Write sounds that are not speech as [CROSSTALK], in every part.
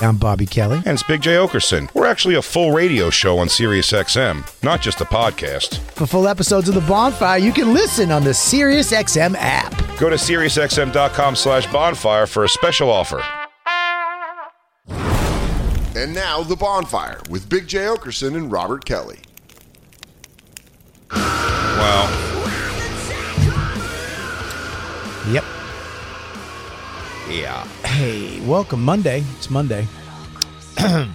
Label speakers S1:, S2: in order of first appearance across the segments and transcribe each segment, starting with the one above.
S1: I'm Bobby Kelly.
S2: And it's Big J. Okerson. We're actually a full radio show on SiriusXM, not just a podcast.
S1: For full episodes of The Bonfire, you can listen on the SiriusXM app.
S2: Go to SiriusXM.com slash bonfire for a special offer.
S3: And now the bonfire with Big J Okerson and Robert Kelly.
S2: Well,
S1: Yep.
S2: yeah.
S1: Hey, welcome Monday. It's [CLEARS THROAT] Monday.
S2: Yeah.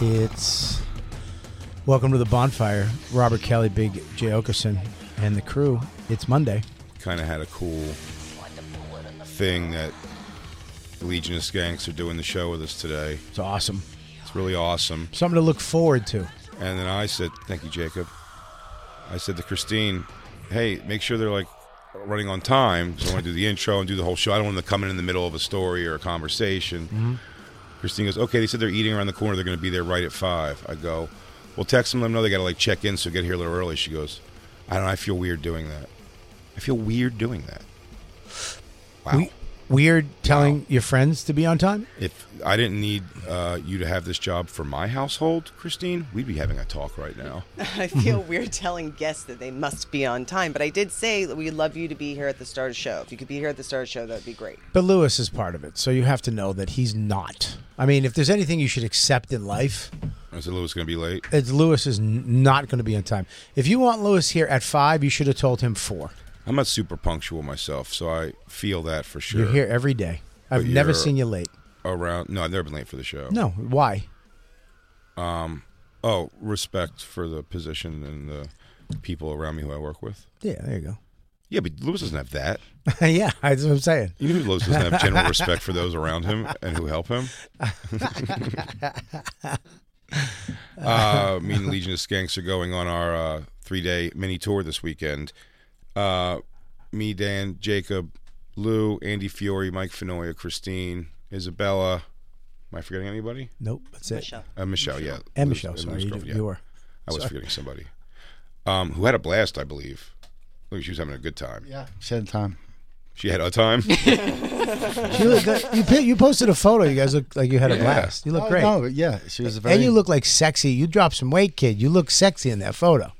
S1: It's welcome to the bonfire. Robert Kelly, Big Jay Okerson, and the crew. It's Monday.
S2: Kind of had a cool thing that Legion of Skanks are doing the show with us today.
S1: It's awesome.
S2: It's really awesome.
S1: Something to look forward to.
S2: And then I said, thank you, Jacob. I said to Christine, hey, make sure they're like running on time. So I want to do the intro and do the whole show. I don't want them coming in the middle of a story or a conversation. Christine goes, okay, they said they're eating around the corner. They're going to be there right at five. I go, well, text them, let them know they got to like check in, so get here a little early. She goes, I don't know. I feel weird doing that. I feel weird doing that. Wow.
S1: We, weird telling your friends to be on time.
S2: if I didn't need uh, you to have this job for my household, Christine, we'd be having a talk right now.
S4: [LAUGHS] I feel weird telling guests that they must be on time, but I did say that we'd love you to be here at the start of the show. If you could be here at the start of the show, that'd be great.
S1: But Lewis is part of it, so you have to know that he's not. I mean, if there's anything you should accept in life,
S2: I said, Louis going to be late.
S1: it's Lewis is n- not going to be on time. If you want Lewis here at five, you should have told him four.
S2: I'm not super punctual myself, so I feel that for sure.
S1: You're here every day.
S2: But
S1: I've never
S2: you're-
S1: seen you late.
S2: around. No, I've never been late for the show.
S1: No, why?
S2: Oh, respect for the position and the people around me who I work with.
S1: Yeah, there you
S2: Yeah, but Louis doesn't have that.
S1: go. [LAUGHS] yeah, that's what I'm saying.
S2: You know, who Louis doesn't
S1: [LAUGHS]
S2: have general respect for those around him and who help him. uh, me and Legion of Skanks are going on our uh, three-day mini tour this weekend. Uh, me, Dan, Jacob, Lou, Andy Fiore, Mike Fenoya, Christine, Isabella. Am I forgetting anybody?
S1: Nope, that's it.
S4: Michelle.
S2: Uh, Michelle, yeah.
S1: And
S2: Lou's-
S1: Michelle,
S2: Lou's
S1: sorry, you,
S2: girlfriend, yeah.
S1: you were.
S2: I was forgetting somebody. Um, who had a blast, I believe. Look, she was having a good time.
S5: Yeah, she had time.
S2: She had a
S1: [LAUGHS]
S2: time.
S1: You, look good. you, pi- you posted a photo. You guys look like you had a
S2: Yeah.
S1: blast. You look
S5: Oh,
S1: great.
S5: No, but yeah, she was a very.
S1: and you look like sexy. You dropped some weight, kid. You look sexy in that photo.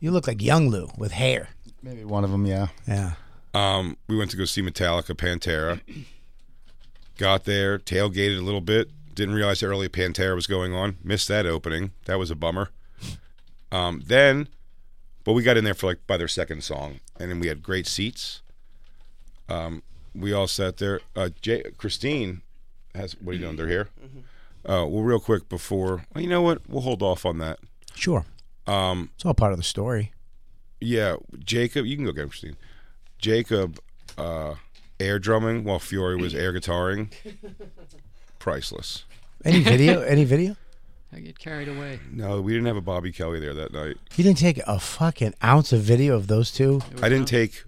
S1: You look like young Lou with hair.
S5: maybe one of them. Yeah,
S1: Yeah.
S2: Um, we went to go see Metallica, Pantera. Got there, tailgated a little bit. Didn't realize how early Pantera was going on. Missed that opening. That was a bummer. Um, then, but we got in there for like by their second song, and then we had great seats. Um, we all sat there. Uh, Jay, Christine has. What are you doing? They're here. Uh, well, real quick before. Well, you know what? We'll hold off on that.
S1: Sure. Um, it's all part of the story.
S2: Yeah, Jacob, you can go get him, Christine. Jacob uh, air drumming while Fiore was air [LAUGHS] guitaring. Priceless.
S1: Any video? any video?
S6: I get carried away.
S2: No, we didn't have a Bobby Kelly there that night.
S1: You didn't take a fucking ounce of video of those two.
S2: I didn't take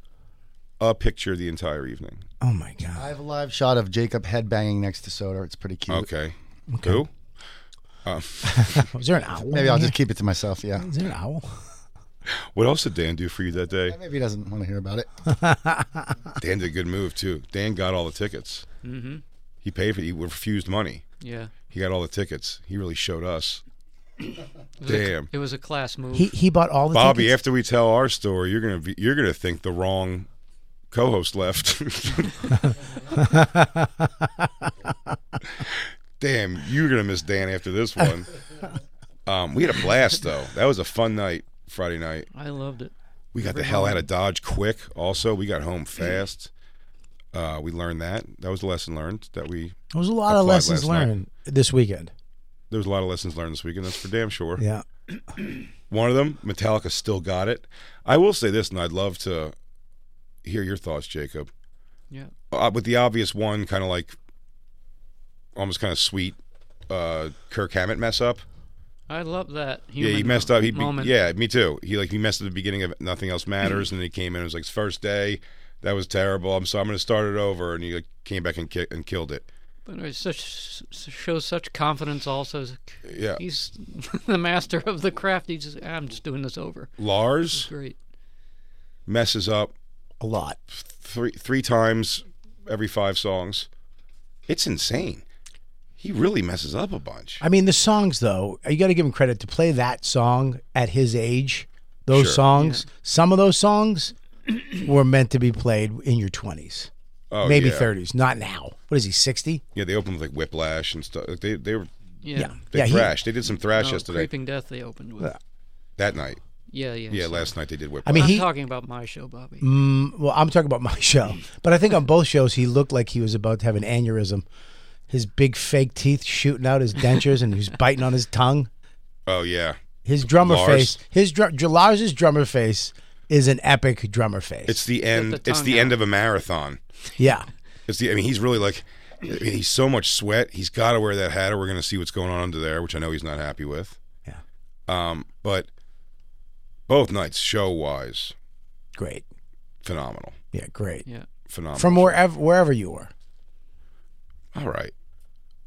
S2: a picture the entire evening.
S1: Oh my god.
S5: I have a live shot of Jacob headbanging next to Soda. It's pretty cute.
S2: Okay. Who?
S1: Was there an owl?
S5: Maybe
S1: in
S5: I'll
S1: here?
S5: just keep it to myself. Yeah,
S1: Is there an owl?
S2: What else did Dan do for you that day?
S5: maybe he doesn't want to hear about it.
S2: Dan did a good move too. Dan got all the tickets. Mm-hmm. He paid for. He refused money.
S6: Yeah.
S2: He got all the tickets. He really showed us. Damn.
S6: It was a class move.
S1: He he bought all the
S2: Bobby,
S1: tickets?
S2: after we tell our story, you're gonna be, you're gonna think the wrong co-host left. Damn, you're gonna miss Dan after this one. Um, we had a blast though. That was a fun night Friday night.
S6: I loved it.
S2: We got the hell out of Dodge quick. Also, we
S6: [CLEARS THROAT]
S2: got home fast. Uh, we learned that. That was a lesson learned. That we
S1: There was a lot of
S2: applied
S1: lessons
S2: last night.
S1: learned this weekend.
S2: There was a lot of lessons learned this weekend. That's for damn sure.
S1: Yeah.
S2: One of them, Metallica still got it. I will say this, and I'd love to hear your thoughts, Jacob.
S6: Yeah.
S2: Uh, with the obvious one, kind of like almost kind of sweet uh, Kirk Hammett mess up.
S6: I love that.
S2: Yeah, he
S6: human
S2: messed up. He be,
S6: moment.
S2: yeah, me too. He like he messed up the beginning of Nothing Else Matters, and then he came in. and was like his first day. That was terrible. I'm so I'm gonna start it over, and he like, came back and ki- and killed it.
S6: But it such shows such confidence. Also,
S2: Yeah,
S6: he's [LAUGHS] the master of the craft. He's just, "Ah, I'm just doing this over.
S2: Lars
S6: Great.
S2: messes up
S1: A lot.
S2: three three times every five songs. It's insane. He really messes up a bunch.
S1: I mean, the songs though, you got to give him credit to play that song at his age. Those
S2: Sure.
S1: songs, some of those songs, [CLEARS THROAT] were meant to be played in your twenties,
S2: Oh,
S1: maybe
S2: yeah.
S1: thirties, not now. What is he? Sixty?
S2: Yeah, they opened with like Whiplash and stuff. Like, they they were
S6: Yeah.
S2: they
S1: yeah. he-
S2: thrashed. they did some thrash
S6: No,
S2: yesterday
S6: Oh, Creeping Death. They opened with.
S2: that night.
S6: Yeah, yeah.
S2: Yeah,
S6: so-
S2: last night they did Whiplash.
S1: I mean,
S6: I'm
S1: he.
S6: talking about my show, Bobby.
S1: Mm, well, I'm talking about my [LAUGHS] show, but I think on both shows he looked like he was about to have an aneurysm. His big fake teeth shooting out his dentures, and he's biting on his tongue.
S2: oh yeah,
S1: His drummer
S2: Lars?
S1: face, his dr- Lars's drummer face is an epic drummer face.
S2: it's the end.
S6: the
S2: it's
S6: tongue out.
S2: the end of a marathon.
S1: [LAUGHS] yeah,
S2: It's the. I mean, he's really like. I mean, he's so much sweat. He's got to wear that hat, or we're going to see what's going on under there, which I know he's not happy with.
S1: Yeah.
S2: Um, but both nights, show wise,
S1: great.
S2: phenomenal,
S1: Yeah, great.
S6: Yeah.
S2: phenomenal.
S1: From wherever wherever you were.
S2: All right,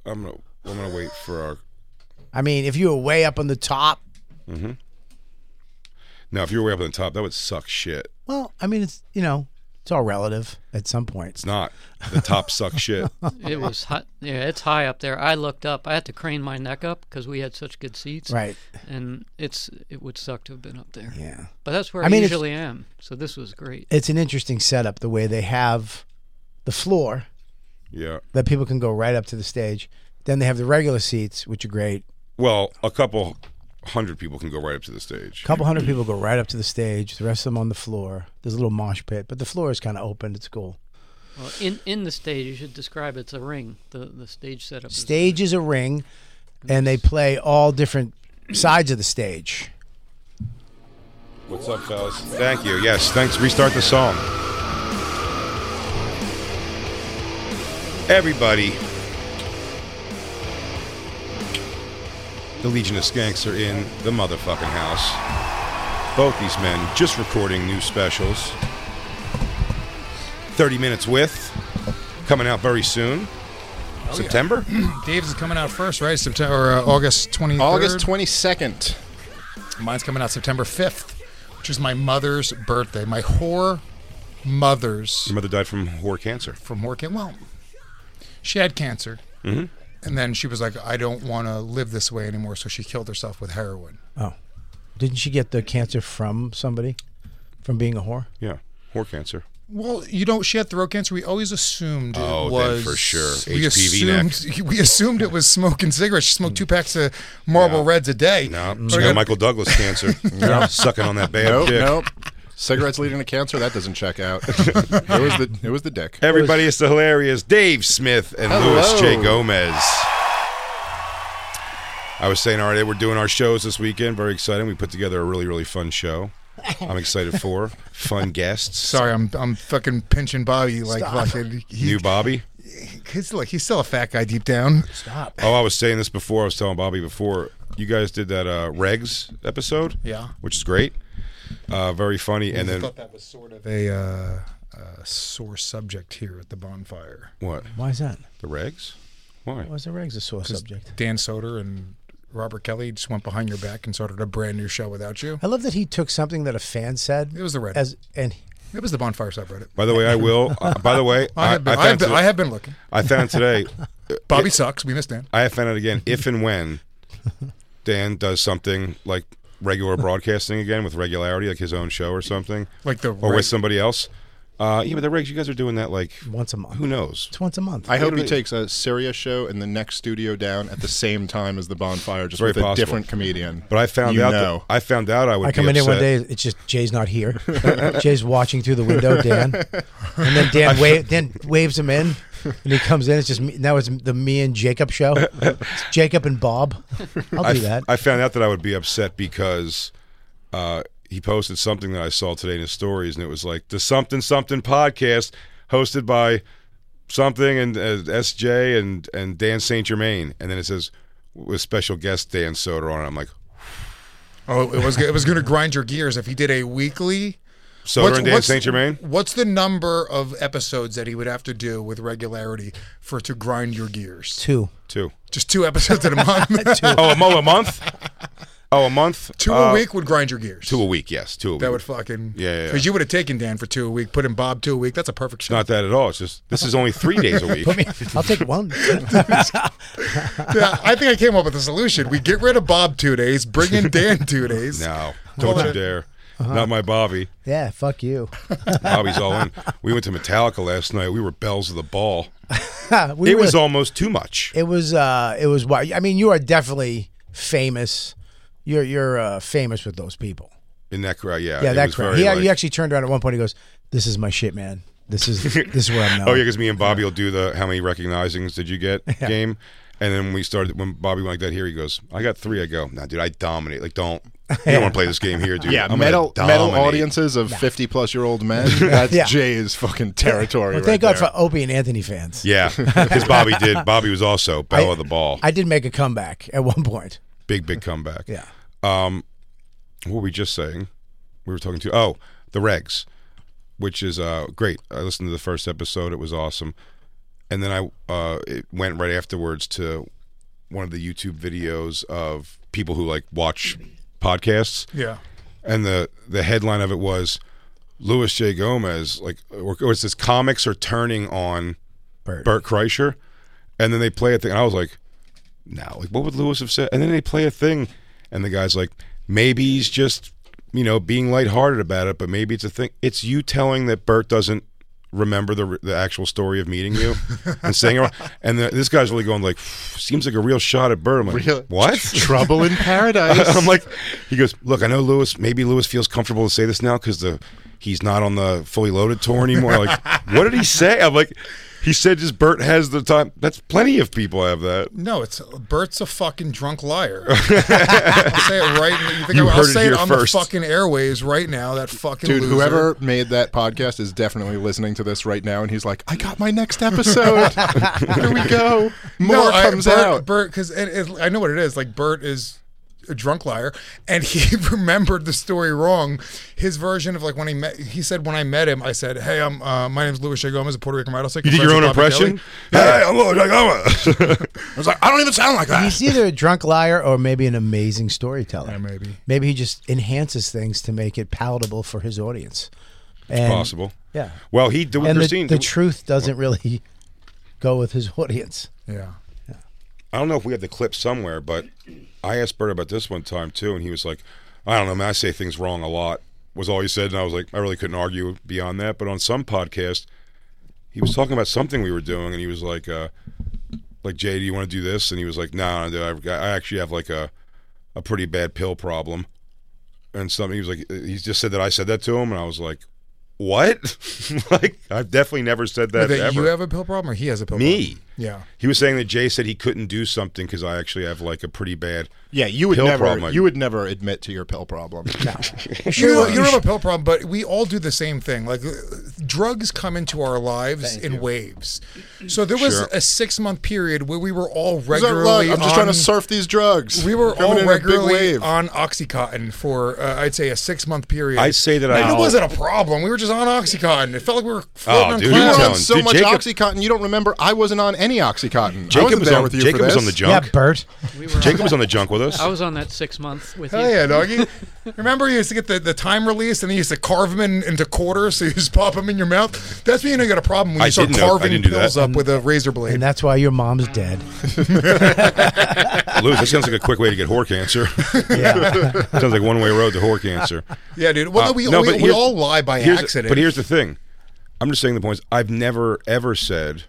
S2: I'm gonna I'm gonna wait for our.
S1: I mean, if you were way up on the top,
S2: Now, if you were way up on the top, that would suck shit.
S1: well, I mean, it's you know, it's all relative at some point.
S2: It's not. The top sucks shit.
S6: It was hot. Yeah, it's high up there. I looked up. I had to crane my neck up because we had such good seats.
S1: Right.
S6: And it's it would suck to have been up there.
S1: Yeah.
S6: But that's where
S1: I
S6: I,
S1: mean, it's-
S6: usually am. So this was great.
S1: It's an interesting setup the way they have the floor
S2: Yeah.
S1: that people can go right up to the stage. Then they have the regular seats, which are great.
S2: Well, a couple hundred people can go right up to the stage.
S1: A couple hundred people go right up to the stage, the rest of them on the floor. There's a little mosh pit, but the floor is kind of open. It's cool.
S6: Well, in in the stage, you should describe it's a ring. The the stage setup. is-
S1: Stage is a ring, and they play all different sides of the stage.
S2: What's up, fellas? Thank you. Yes, thanks. Restart the song. Everybody. The Legion of Skanks are in the motherfucking house. Both these men just recording new specials. 30 Minutes With, coming out very soon.
S7: Oh,
S2: September?
S7: Dave's is coming out first, right? September or, uh, August 23rd.
S8: August 22nd.
S7: Mine's coming out September 5th, which is my mother's birthday. My whore mother's
S2: Your mother died from whore cancer.
S7: from working. Well, she had cancer. Mm-hmm. And then she was like, I don't want to live this way anymore. So she killed herself with heroin.
S1: Oh, didn't she get the cancer from somebody? From being a whore?
S2: Yeah, whore cancer.
S7: Well, you know, she had throat cancer. We always assumed it
S2: Oh, then
S7: was
S2: for sure.
S7: We
S2: HPV
S7: assumed we assumed it was smoking cigarettes. She smoked two packs of Marlboro Reds a day.
S2: No,
S7: But
S2: she
S7: I
S2: got
S7: got-
S2: Michael Douglas
S7: [LAUGHS]
S2: cancer. Sucking on that bad
S8: Nope,
S2: dick.
S8: nope. Cigarettes leading to cancer. That doesn't check
S7: [LAUGHS]
S8: out. it was the it was the dick.
S2: Everybody, it's the hilarious Dave Smith and
S8: Hello.
S2: Louis J. Gomez. I was saying already, we're doing our shows this weekend. Very exciting. We put together a really, really fun show. I'm excited for fun guests.
S7: Sorry, I'm I'm fucking pinching
S5: Oh,
S7: Bobby like fucking. He,
S2: New Bobby.
S7: he's like he's still a fat guy deep down.
S1: Stop.
S2: Oh, I was saying this before. I was telling Bobby before. You guys did that uh, Regs episode,
S7: Yeah.
S2: which is great, uh, very funny. And
S7: I
S2: then
S7: thought that was sort of a uh, uh, sore subject here at the bonfire.
S2: what?
S1: Why is that?
S2: The Regs? Why?
S1: Why is the regs a sore subject?
S7: Dan Soder and Robert Kelly just went behind your back and started a brand new show without you.
S1: I love that he took something that a fan said.
S7: It was the red.
S1: as and
S7: It was the bonfire subreddit.
S2: By the way, I
S7: [LAUGHS]
S2: will. Uh, by the way,
S7: I have been, I, have
S2: found
S7: been,
S2: to-
S7: I have been looking.
S2: I found
S7: [LAUGHS]
S2: today.
S7: Bobby sucks. We missed Dan.
S2: I have found out again if and when Dan does something like
S7: [LAUGHS]
S2: regular broadcasting again with regularity, like his own show or something,
S7: Like the
S2: or
S7: reg-
S2: with somebody else. Uh, yeah, but the regs, you guys are doing that like once a month. Who knows?
S1: It's once a month.
S8: I hope he
S2: Literally.
S8: takes a Syria show and the next studio down at the same time as the bonfire, just
S2: Very
S8: with a
S2: possible.
S8: different comedian.
S2: But I found
S8: You
S2: out.
S8: know.
S2: That, I found out I would.
S1: I come
S2: be
S1: in here one
S2: upset.
S1: day. It's just Jay's not here.
S2: [LAUGHS]
S1: Jay's watching through the window, Dan, and then
S2: [LAUGHS]
S1: Dan wa- Dan waves him in, and he comes in. It's just me. now. It's the me and Jacob
S2: [LAUGHS]
S1: show. It's Jacob and Bob. I'll
S2: I
S1: do
S2: f-
S1: that.
S2: I found out that I would be upset because uh, he posted something that I saw today in his stories, and it was like the something something podcast hosted by something and uh, SJ and and Dan Saint Germain, and then it says with special guest Dan Soder on it. I'm like,
S7: Oh, it was it was going to grind your gears if he did a weekly.
S2: Soder
S7: What's-
S2: and Dan
S7: what's-
S2: Saint Germain?
S7: What's the number of episodes that he would have to do with regularity for it to grind your gears?
S1: Two.
S2: Two.
S7: Just two episodes in a
S2: [LAUGHS]
S7: month.
S2: Oh, a mo a month. Oh, a month.
S7: Two a week would grind your gears.
S2: Two a week, yes. Two a week.
S7: That would fucking
S2: Yeah, yeah, yeah.
S7: Because you would have taken Dan for two a week, put in Bob two a week. That's a perfect
S2: It's [LAUGHS]
S7: show.
S2: not that at all. It's just this is only three days a
S7: [LAUGHS]
S2: week.
S1: Put me. I'll take
S2: [LAUGHS]
S1: one. [LAUGHS]
S7: yeah, I think I came up with a solution. We get rid of Bob two days, bring
S2: [LAUGHS]
S7: in Dan two days. [LAUGHS]
S2: No, don't you dare.
S1: Uh-huh.
S2: Not my Bobby.
S1: Yeah, fuck you.
S2: Bobby's all in. We went to Metallica last night. We were bells of the ball.
S1: [LAUGHS] Uh, We
S2: it was
S1: really-
S2: almost too much.
S1: It was. Uh, it was. wi- I mean, you are definitely famous. You're you're uh, famous with those people.
S2: In that crowd, yeah.
S1: yeah,
S2: Uh, it
S1: that
S2: was
S1: crowd.
S2: very,
S1: He,
S2: like-
S1: he actually turned around at one point. He goes, "This is my shit, man. This
S2: [LAUGHS]
S1: is this is where I'm known."
S2: Oh yeah, because me and Bobby will do the how many recognizings did
S1: [LAUGHS]
S2: you get game, and then we started when Bobby went like that. Here he goes, I got three. I go, nah, dude, I dominate. Like, don't you don't want to play this game here, dude?
S8: yeah,
S2: I'm gonna
S8: metal metal
S2: dominate."
S8: audiences of fifty plus year old
S7: [LAUGHS]
S8: men. That's
S1: Yeah.
S8: Jay's fucking territory.
S1: Well,
S8: right
S1: thank God
S8: there.
S1: for Opie and Anthony fans.
S2: Yeah, because Bobby did. Bobby was also bell of the ball.
S1: [LAUGHS] I did make a comeback at one point.
S2: big big comeback.
S1: Yeah.
S2: Um, what were we just saying? We were talking to oh the regs, which is uh great. I listened to the first episode; it was awesome. And then I uh it went right afterwards to one of the YouTube videos of people who like watch podcasts.
S7: Yeah.
S2: And the the headline of it was Louis J Gomez like or, or it says comics are turning on
S1: Bert.
S2: Kreischer, and then they play a thing, and I was like now. Like, what would Lewis have said? And then they play a thing, and the guy's like, maybe he's just, you know, being lighthearted about it, but maybe it's a thing. It's you telling that Bert doesn't remember the the actual story of meeting you and saying it wrong. And the, this guy's really going like, seems like a real shot at Bert. I'm like,
S7: [LAUGHS]
S8: Real-
S2: what?
S8: Trouble in
S2: [LAUGHS]
S8: Paradise.
S2: I'm like, he goes, look, I know Lewis. Maybe Lewis feels comfortable to say this now because the he's not on the fully loaded tour anymore. Like, what did he say? I'm like, he said just Bert has the time. That's plenty of people have that.
S7: No, it's Bert's a fucking drunk liar. I'll say it right. You think
S2: You
S7: I, will
S2: heard it
S7: say it,
S2: here
S7: on
S2: first.
S7: the fucking airways right now. That fucking
S8: Dude,
S7: loser.
S8: whoever made that podcast is definitely listening to this right now, and he's like, "I got my next
S7: [LAUGHS]
S8: episode. [LAUGHS] Here we go. More
S7: I-
S8: comes
S7: Bert,
S8: out."
S7: Bert, because I know what it is. Like Bert is a drunk liar, and he [LAUGHS] remembered the story wrong. His version of like when he met, he said when I met him, I said, "Hey, I'm uh, my name's Louis J. Gomez, a Puerto Rican writer."
S2: You did your own impression? Hey, I'm Lord Gomez. I was like, I don't even sound like that.
S1: He's either a drunk liar or maybe an amazing storyteller.
S7: maybe.
S1: Maybe he just enhances things to make it palatable for his audience. And,
S2: Possible.
S1: Yeah.
S2: Well, he did with
S1: and
S2: Christine.
S1: the, the
S2: did-
S1: truth doesn't really go with his [LAUGHS] audience.
S7: Yeah.
S2: I don't know if we have the clip somewhere, but I asked Bert about this one time too, and he was like, I don't know, man, I say things wrong a lot, was all he said. And I was like, I really couldn't argue beyond that. But on some podcast, he was talking about something we were doing, and he was like, uh, like Jay, do you want to do this? And he was like, No, nah, I, I actually have like a a pretty bad pill problem, and something. He was like, he just said that I said that to him, and I was like, What? [LAUGHS] like I've definitely never said that,
S7: That
S2: ever.
S7: you have a pill problem, or he has a pill problem.
S2: Me.
S7: Yeah.
S2: He was saying that Jay said he couldn't do something because I actually have like a pretty bad
S8: yeah, you would
S2: pill
S8: never
S2: problem.
S8: you would never admit to your pill
S7: [LAUGHS]
S8: problem.
S7: You, don't- you don't have a pill problem, but we all do the same thing. Like, uh, drugs come into our lives in waves. So there was
S8: Sure.
S7: a six month period where we were all
S8: He's like,
S7: regularly.
S8: "Look, I'm just trying to
S7: on-
S8: surf these drugs.
S7: We were
S8: Coming
S7: all
S8: in a big
S7: regularly
S8: wave.
S7: on OxyContin for uh, I'd say a six month period.
S2: I'd say that
S7: And
S2: I-
S7: it wasn't a problem. We were just on OxyContin. It felt like we were floating
S2: Oh,
S7: on
S2: dude,
S8: You
S7: clouds.
S8: were on
S2: telling-
S8: so
S2: dude,
S8: much
S2: Jacob-
S8: OxyContin. You don't remember? I wasn't on any OxyContin. I
S2: Jacob
S8: wasn't
S2: was
S8: there
S2: on-
S8: with you
S2: Jacob
S8: for
S2: was
S8: this.
S2: on the junk.
S1: Yeah, Bert.
S6: We were
S2: Jacob
S6: on,
S2: was on the junk with us.
S6: I was on that six month with
S7: Hell
S6: you.
S7: yeah, doggy. [LAUGHS] Remember, you used to get the, the time release and then you used to carve them in, into quarters so you just pop them in your mouth. That's when you know you got a problem when you
S2: I
S7: start
S2: didn't know- I
S7: carving
S2: didn't do that.
S7: pills up with a razor blade.
S1: And that's why your mom's dead.
S2: Lou, that sounds like a quick way to get whore
S7: [LAUGHS]
S2: cancer. sounds like one way road to whore cancer.
S7: Yeah, dude. Well, we,
S2: Uh, no,
S7: we,
S2: but
S7: we
S2: here's-
S7: all lie by
S2: here's-
S7: accident.
S2: But here's the thing. I'm just saying the points. I've never ever said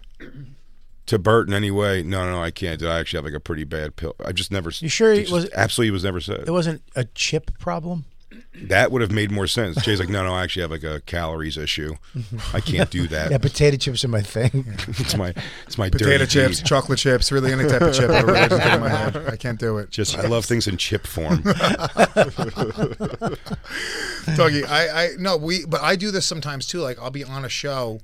S2: to Bert in any way, no, no, no, I can't. do it. I actually have like a pretty bad pill? I just never.
S1: You sure it
S2: just
S1: was-
S2: Absolutely, was never said.
S1: It wasn't a chip problem.
S2: That would have made more sense. Jay's like, no, no, I actually have like a calories issue. I can't do that.
S1: [LAUGHS] yeah, potato chips are my thing.
S2: [LAUGHS] it's my it's my
S7: Potato
S2: dirty
S7: chips,
S2: deed.
S7: chocolate chips, really any type of chip. I really can get in my head. I can't do it.
S2: Just I love things in chip
S7: [LAUGHS]
S2: form.
S7: Dougie, I, I no, we but I do this sometimes too. Like I'll be on a show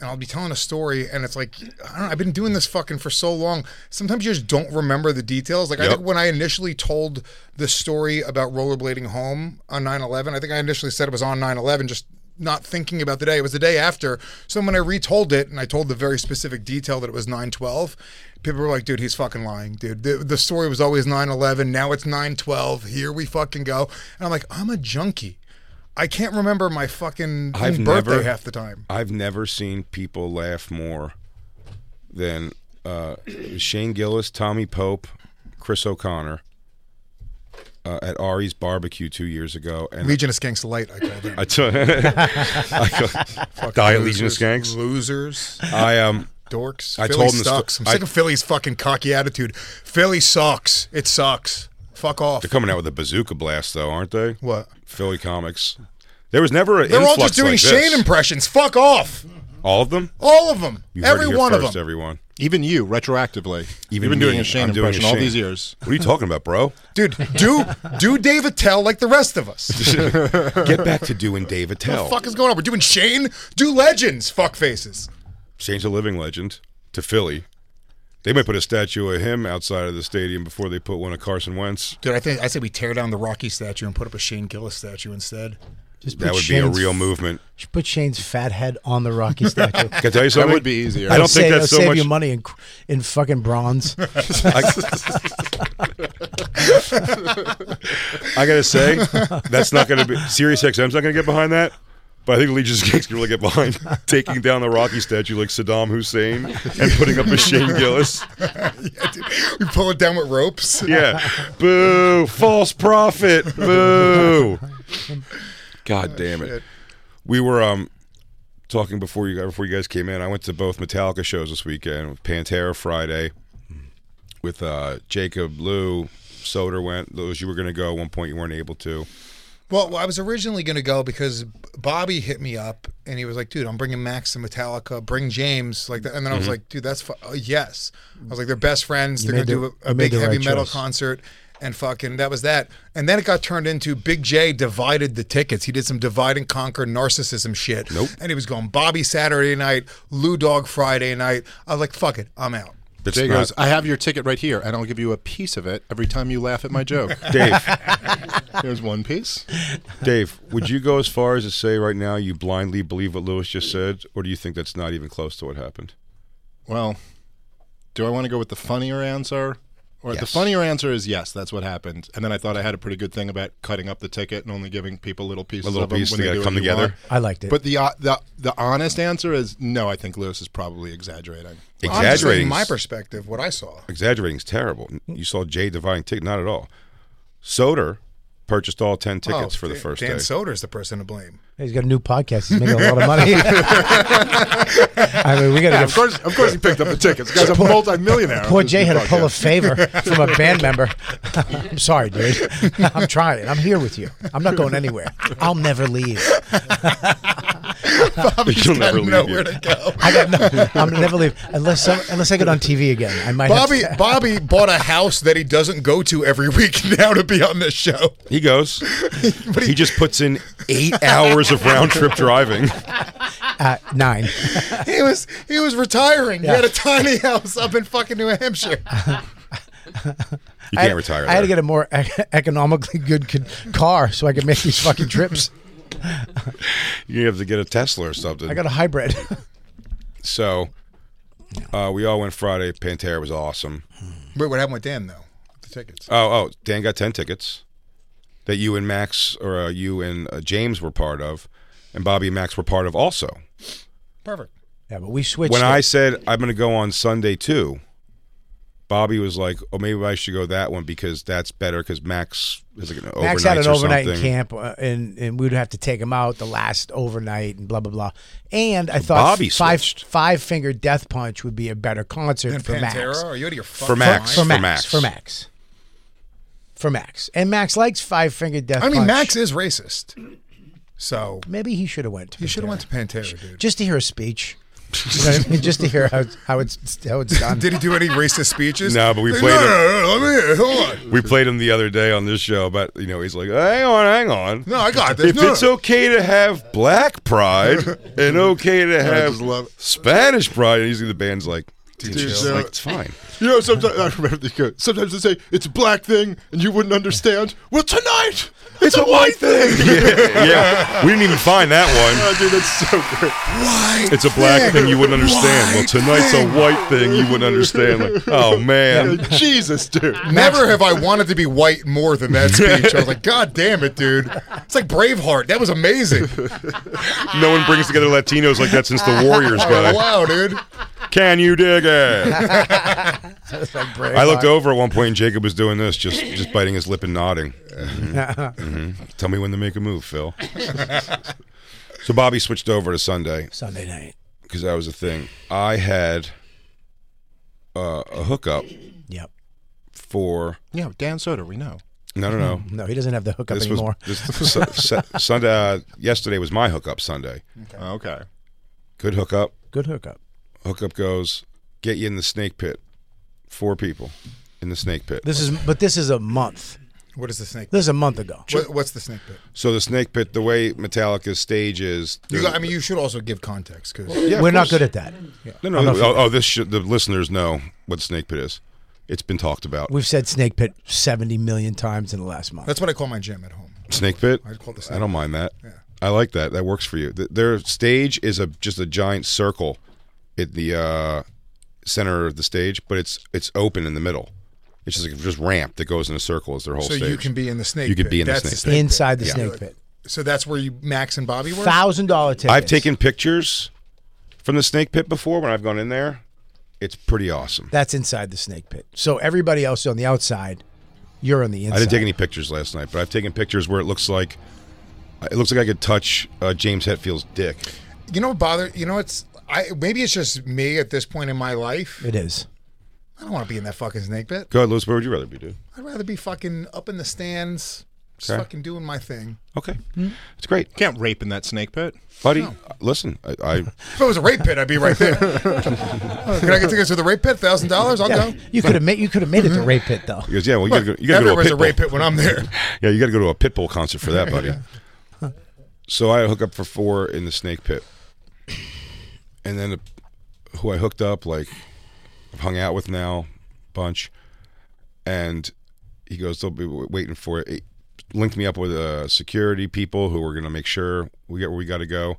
S7: and I'll be telling a story and it's like I don't know, I've been doing this fucking for so long. Sometimes you just don't remember the details. Like I
S2: Yep.
S7: think when I initially told the story about rollerblading home on 9/11, I think I initially said it was on 9/11 just not thinking about the day. It was the day after. So when I retold it and I told the very specific detail that it was 9/12, people were like, "Dude, he's fucking lying, dude." The, the story was always 9/11, now it's 9/12. Here we fucking go. Oh, And I'm like, "I'm a junkie." I can't remember my fucking
S2: I've
S7: birthday
S2: never
S7: half the time.
S2: I've never seen people laugh more than uh, Shane Gillis, Tommy Pope, Chris O'Connor uh, at Ari's barbecue two years ago, and
S7: Legion of Skanks Light, I called it.
S2: I took [LAUGHS] I
S7: Fucking
S2: called Diet Legion of Skanks.
S7: losers, Losers.
S2: I um
S7: dorks.
S2: I
S7: Philly
S2: told him the sto-
S7: sucks. I'm
S2: I-
S7: sick of Philly's fucking cocky attitude. Philly sucks. It sucks. Fuck off.
S2: They're coming out with a bazooka blast, though, aren't they?
S7: What?
S2: Philly comics. There was never an
S7: They're all
S2: influx
S7: just doing
S2: like this.
S7: Shane impressions. Fuck off.
S2: All of them.
S7: All of them.
S2: You heard it
S7: Every
S2: here
S7: one of
S2: first,
S7: them.
S2: Everyone.
S8: Even you, retroactively. You've been
S2: me,
S8: doing a Shane
S2: I'm doing a
S8: impression all
S2: Shane.
S8: these years.
S2: What are you talking about, bro?
S7: Dude, do do Dave Attell like the rest of us.
S2: Get back to doing Dave
S7: What the
S2: Attell.
S7: fuck is going on? We're doing Shane. Do legends. Fuck faces.
S2: Shane's a living legend to Philly. They might put a statue of him outside of the stadium before they put one of Carson Wentz.
S7: Dude, I think I say we tear down the Rocky statue and put up a Shane Gillis statue instead.
S1: Just
S2: That
S1: put
S2: would
S1: Shane's-
S2: be a real movement.
S1: Just put Shane's fat head on the Rocky statue.
S2: Can I tell you something?
S8: would be easier.
S2: I don't
S1: Save-
S2: think that's so
S1: save
S2: much.
S1: you money in cr- in fucking bronze.
S2: I gotta say, that's not gonna be Sirius XM's not gonna get behind that. But I think Legion's Kings can really get behind [LAUGHS] taking down the Rocky statue like Saddam Hussein and putting up a Shane Gillis.
S7: Yeah, dude. We pull it down with ropes.
S2: Yeah. Boo. False prophet. Boo. God damn it. We were um talking before you before you guys came in. I went to both Metallica shows this weekend with Pantera Friday with uh Jacob Lou. Soder went. Those you were gonna go. At one point you weren't able to.
S7: Well, well, I was originally going to go because B- Bobby hit me up and he was like, "Dude, I'm bringing Max and Metallica. Bring James." Like that, and then
S8: Mm-hmm.
S7: I was like, "Dude, that's fu- uh, yes." I was like, "They're best friends.
S1: You
S7: They're
S1: made
S7: going to
S1: the-
S7: do a, a
S1: you made
S7: big
S1: the
S7: heavy
S1: right
S7: metal
S1: choice.
S7: concert." And fucking, that was that. And then it got turned into Big J divided the tickets. He did some divide and conquer narcissism shit. Nope. And he was going Bobby Saturday night, Lou Dog Friday night. I was like, fuck it, I'm out.
S2: That's
S8: Jay
S2: not-
S8: goes, I have your ticket right here, and I'll give you a piece of it every time you laugh at my joke.
S2: [LAUGHS]
S8: [LAUGHS]
S2: Dave.
S8: Here's one piece.
S2: Dave, would you go as far as to say right now you blindly believe what Lewis just said, or do you think that's not even close to what happened?
S8: Well, do I want to go with the funnier answer? Or the
S2: Yes.
S8: funnier answer is yes, that's what happened. And then I thought I had a pretty good thing about cutting up the ticket and only giving people little pieces
S2: little
S8: of them
S2: piece
S8: when
S2: to
S8: they
S2: get-
S8: do what
S2: come
S8: you
S2: together.
S8: want.
S1: I liked it.
S8: But the, uh, the the honest answer is no. I think Lewis is probably exaggerating.
S7: I'm just saying
S2: Exaggerating,
S7: my perspective, what I saw.
S2: exaggerating is terrible. You saw Jay dividing tickets, not at all. Soder purchased all ten tickets
S7: Oh,
S2: for the
S7: Dan-
S2: first
S7: Dan
S2: day.
S7: Soder's the person to blame.
S1: He's got a new podcast. He's making a lot of money. [LAUGHS] I mean, we got to
S8: Yeah,
S1: get
S8: of course, of course, he picked up the tickets. The guy's a
S1: Poor-
S8: multi-millionaire.
S1: Poor Jay had to pull a [LAUGHS] favor from a band member. [LAUGHS] I'm sorry, dude. I'm trying. I'm here with you. I'm not going anywhere. I'll never leave.
S7: Bobby's
S2: You'll
S7: got
S2: never leave
S7: nowhere
S2: here.
S7: to go.
S1: I got no, [LAUGHS] I'm never leave unless some, unless I get on TV again. I might. [LAUGHS]
S7: Bobby
S1: have to-
S2: [LAUGHS]
S7: Bobby bought a house that he doesn't go to every [LAUGHS] week now to be on this show.
S2: He
S8: [LAUGHS]
S2: goes. he just puts in eight hours of round trip driving.
S1: uh, nine.
S7: He was he was retiring.
S1: Yeah.
S7: He had a tiny house up in fucking New
S2: [LAUGHS]
S7: Hampshire.
S2: You
S1: I,
S2: can't retire.
S1: I had to
S2: there.
S1: get a more [LAUGHS] e- economically good c- car so I could make these fucking trips.
S2: you have to get a Tesla or something.
S1: I got a hybrid. [LAUGHS]
S2: so uh, we all went Friday. Pantera was awesome.
S7: Wait, what happened with Dan though? The tickets.
S2: Oh, oh, Dan got ten tickets that you and Max or uh, you and uh, James were part of, and Bobby and Max were part of also.
S7: Perfect.
S1: yeah, but we switched.
S2: when
S1: it.
S2: I said I'm going to go on Sunday too, Bobby was like, "Oh, maybe I should go that one because that's better." Because Max is like an overnight
S1: Max had an
S2: or
S1: overnight in
S2: something.
S1: camp, uh, and and we'd have to take him out the last overnight and blah blah blah. And I thought
S2: Bobby
S1: five five finger death punch would be a better concert
S7: Than
S1: for Max.
S7: Pantera? Are you out of your
S2: For Max,
S1: for
S2: for
S1: Max,
S2: Max.
S1: for Max, for Max. And Max likes five finger death.
S7: I mean,
S1: punch.
S7: Max is racist. So
S1: maybe he should have went.
S7: He should have went to Pantera, dude.
S1: just to hear a
S2: [LAUGHS]
S1: speech. You know what I mean? Just to hear how how it's how it's done.
S7: [LAUGHS] Did he do any racist speeches?
S2: No, but we
S7: Like,
S2: played
S7: No,
S2: him.
S7: no, no, no, let me-
S2: [LAUGHS]
S7: hold on.
S2: We played him the other day on this show, but you know he's like, "Hang on, hang on."
S7: No, I got this.
S2: If
S7: No,
S2: it's
S7: no.
S2: okay to have black
S7: [LAUGHS]
S2: pride and okay to have
S8: just love-
S2: Spanish pride, and usually the band's like, "Dude,
S8: Dude,
S2: it's
S8: so-
S2: like, it's fine." [LAUGHS]
S8: You know, sometimes I remember they go. Sometimes they say it's a black thing, and you wouldn't understand. Well, tonight it's, a, white thing.
S2: yeah, yeah. we didn't even find that one.
S8: Oh, dude, that's so great.
S7: White
S2: [LAUGHS] It's a black thing you wouldn't understand. Well,
S7: White
S2: tonight's a
S7: thing.
S2: white thing you wouldn't understand. Like, oh man,
S7: [LAUGHS]
S8: Jesus, dude.
S7: Never have I wanted to be white more than
S2: [LAUGHS]
S7: that speech. I was like, God damn it, dude. It's like Braveheart. That
S2: [LAUGHS]
S7: was amazing.
S2: no one brings together Latinos like that since the Warriors
S7: Oh,
S2: guy.
S7: wow, dude.
S2: Can you dig it?
S1: It's like Braveheart.
S2: I looked over at one point and Jacob was doing this, just just biting his lip and nodding.
S1: [LAUGHS]
S2: hmm Tell me when to make a move, Phil. so Bobby switched over to Sunday
S1: Sunday night.
S2: because that was a thing. I had uh, a hookup
S1: Yep.
S2: for
S8: Yeah, Dan Soder, we know.
S2: no, no, no.
S1: No, he doesn't have the hookup
S2: This was
S1: anymore.
S2: this was Su- Su- Sunday. Uh, yesterday was my hookup Sunday.
S7: Oh,
S8: Okay.
S2: Good hookup.
S1: Good hookup.
S2: Hookup goes get you in the snake pit. Four people in the snake pit.
S1: This is but this is a month.
S7: What is the snake?
S1: This is a month ago.
S7: What, what's the snake bit?
S2: So the snake pit, the way Metallica's stage is,
S7: You got- I mean, you should also give context because
S2: Yeah, of
S1: We're not
S2: course.
S1: good at that.
S2: No, no. Oh, oh, this should, the listeners know what snake pit is. It's been talked about.
S1: We've said snake pit 70 million times in the last month.
S7: that's what I call my gym at home.
S2: snake pit.
S7: I'd call it the snake
S2: I don't mind that. I like that. That works for you. Th their stage is a just a giant circle at the uh, center of the stage, but it's it's open in the middle. It's just like just ramp that goes in a circle is their whole
S7: So
S2: stage.
S7: you can be in the snake
S2: You can
S7: pit.
S2: be in the
S7: That's
S2: snake
S7: the
S2: pit.
S7: snake
S1: Inside the
S2: Yeah.
S1: snake pit.
S7: So that's where you Max and Bobby were.
S1: Thousand dollar tickets.
S2: I've taken pictures from the snake pit before when I've gone in there. It's pretty awesome.
S1: That's inside the snake pit. So everybody else on the outside, you're on the inside.
S2: I didn't take any pictures last night, but I've taken pictures where it looks like it looks like I could touch uh, James Hetfield's dick.
S7: You know what bother? You know it's I maybe it's just me at this point in my life.
S1: It is.
S7: I don't want to be in that fucking snake pit.
S2: Go ahead, Louis. Where would you rather be, dude?
S7: I'd rather be fucking up in the stands, just
S2: Okay.
S7: fucking doing my thing.
S2: Okay,
S7: Hmm?
S2: it's great,
S8: Can't rape in that snake pit.
S2: buddy. Listen, I, I
S7: If it was a rape pit, I'd be right
S2: [LAUGHS]
S7: there. oh, can I get tickets to the rape pit? Thousand dollars? I'll go.
S1: You could have made you could have made it to
S2: Mm-hmm.
S1: rape pit though.
S2: he goes, yeah. Well, you gotta go, you gotta go to a
S7: Everywhere's
S2: pit
S7: a
S2: bull.
S7: rape pit when I'm there.
S2: Yeah, you got to go to a pit bull concert for
S7: [LAUGHS]
S2: that, buddy. so I hook up for four in the snake pit, and then the, who I hooked up, like I've hung out with now, bunch, and he goes, they'll be w- waiting for it. He linked me up with uh, security people who were gonna make sure we get where we got to go.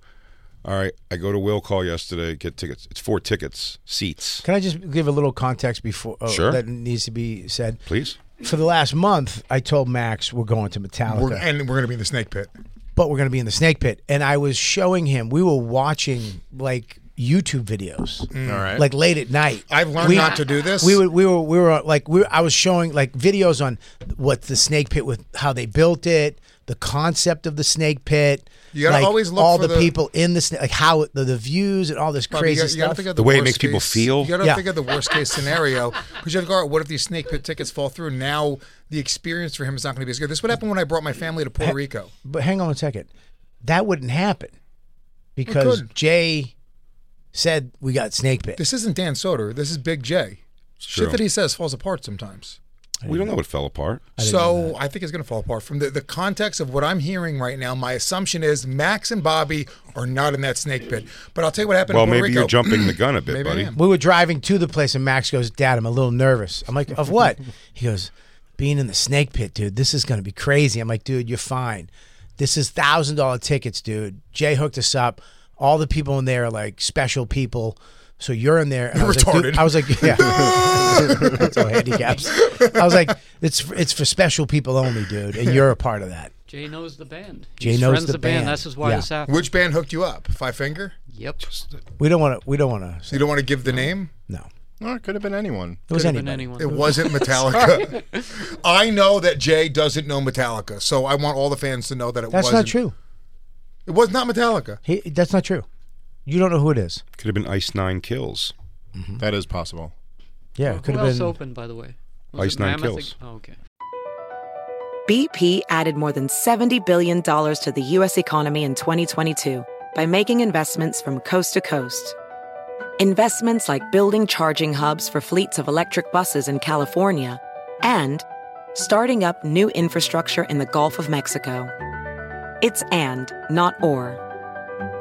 S2: All right, I go to Will Call yesterday, get tickets. It's four tickets, seats.
S1: Can I just give a little context before oh,
S2: Sure.
S1: that needs to be said?
S2: Please,
S1: For the last month, I told Max we're going to Metallica.
S7: We're, and we're gonna be in the snake pit.
S1: but we're going to be in the snake pit. And I was showing him, we were watching like YouTube videos,
S8: All right.
S1: like late at night.
S7: Mm. I've learned
S1: We-
S7: not to do this.
S1: We were, we were, we were like, we were, I was showing like videos on what the snake pit with how they built it, the concept of the snake pit.
S7: You gotta
S1: like,
S7: always look
S1: all
S7: for
S1: the,
S7: the-
S1: people in the snake, like how the, the views and all this
S7: Bobby,
S1: crazy
S7: you gotta- you gotta
S1: stuff.
S7: think of
S2: The way it
S7: worst
S2: makes people
S7: case-
S2: feel?
S7: You got to
S1: Yeah.
S7: think of the worst case scenario because you have to go, "All right, what if these snake pit tickets fall through? Now the experience for him is not going to be as good. This would happen when I brought my family to
S2: Eh.
S7: Puerto Rico.
S1: but hang on a second, that wouldn't happen because
S7: could.
S1: Jay said we got snake pit.
S7: This isn't Dan Soder. This is Big J.
S2: true.
S7: Shit that he says falls apart sometimes.
S2: we don't know what fell apart.
S7: so I think it's going to fall apart. From the, the context of what I'm hearing right now, my assumption is Max and Bobby are not in that snake pit. But I'll tell you what happened.
S2: Well,
S7: in Puerto
S2: maybe
S7: Rico.
S2: you're jumping the gun a bit,
S7: Maybe I
S2: buddy.
S7: am.
S1: we were driving to the place and Max goes, Dad, I'm a little nervous. I'm like, Of
S7: [LAUGHS]
S1: what? he goes, Being in the snake pit, dude, this is gonna be crazy. I'm like, dude, you're fine. This is thousand dollar tickets, dude. Jay hooked us up. All the people in there are like special people. So you're in there. And I was Like, dude-
S7: Retarded.
S1: I was like, yeah. [LAUGHS]
S7: [LAUGHS]
S1: That's all handicaps. I was like, it's it's for special people only, dude, and you're a part of that.
S6: Jay knows the band.
S1: Jay
S6: He's
S1: knows
S6: friends
S1: the
S6: the band.
S1: band.
S6: That's just why
S1: Yeah.
S6: this happened.
S7: [CLEARS THROAT] Which band hooked you up? Five Finger?
S6: Yep.
S1: We don't want to. We don't want to.
S7: You don't want to give the name?
S1: No.
S8: No, it could have been anyone.
S7: It was Could have been anybody. anyone. It wasn't Metallica. [LAUGHS] I know that Jay doesn't know Metallica, so I want all the fans to know that it
S1: That's
S7: wasn't.
S1: not true.
S7: It was not Metallica.
S1: He, that's not true. You don't know who it is.
S2: Could have been Ice Nine Kills.
S8: Mm-hmm. That is possible.
S1: Yeah,
S6: Who
S1: it could have
S6: else
S1: been.
S6: opened, by the way? Was
S2: Ice
S6: it
S2: Nine
S6: Mammoth
S2: Kills.
S6: ag- Oh, okay.
S9: BP added more than $70 billion to the U.S. economy in 2022 by making investments from coast to coast. Investments like building charging hubs for fleets of electric buses in California and starting up new infrastructure in the Gulf of Mexico. It's and, not or.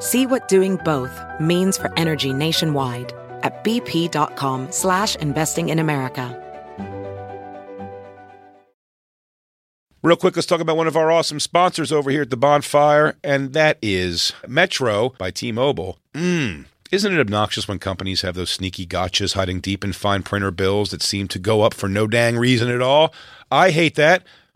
S9: See what doing both means for energy nationwide at bp.com slash investing in America.
S2: Real quick, let's talk about one of our awesome sponsors over here at the bonfire, and that is Metro by T Mobile. Mmm. Isn't it obnoxious when companies have those sneaky gotchas hiding deep in fine printer bills that seem to go up for no dang reason at all? I hate that.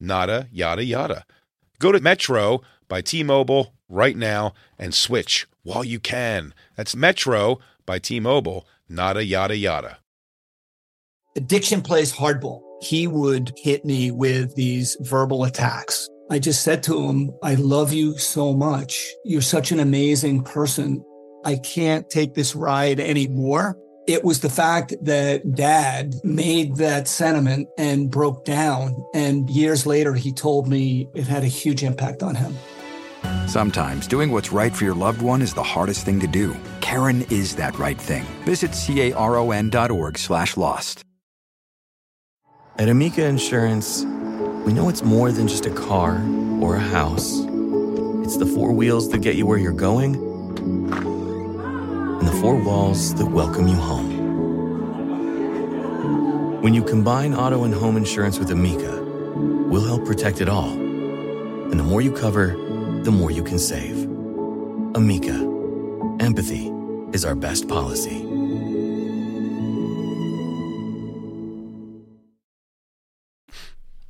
S2: nada yada yada. Go to Metro by T Mobile right now and switch while you can. That's Metro by T Mobile, nada yada yada.
S10: Addiction plays hardball. He would hit me with these verbal attacks. I just said to him, I love you so much. You're such an amazing person. I can't take this ride anymore. It was the fact that dad made that sentiment and broke down. And years later, he told me it had a huge impact on him.
S11: Sometimes doing what's right for your loved one is the hardest thing to do. Karen is that right thing. Visit caron.org slash lost.
S12: At Amica Insurance, we know it's more than just a car or a house. It's the four wheels that get you where you're going and the four walls that welcome you home. When you combine auto and home insurance with Amica, we'll help protect it all. And the more you cover, the more you can save. Amica, empathy is our best policy.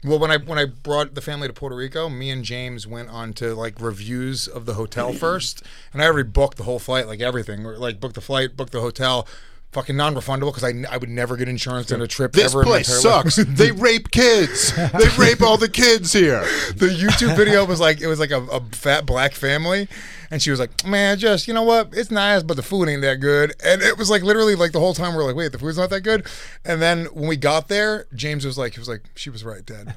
S7: Well, when I when I brought the family to Puerto Rico, me and James went on to like reviews of
S10: [CLEARS THROAT]
S7: the hotel first, and I already booked the whole flight, like everything, or, like booked the flight, booked the hotel, fucking non-refundable because I, I would never get insurance on a trip.
S8: This
S7: ever in my
S8: place
S7: entire life. [LAUGHS]
S8: sucks. they rape kids. They rape all the kids here.
S7: the YouTube video was like it was like a, a fat black family, and she was like, "Man, just you know what? It's nice, but the food ain't that good." And it was like literally like the whole time we are like, "Wait, the food's not that good." And then when we got there, James was like, "He was like, she was right, Dad.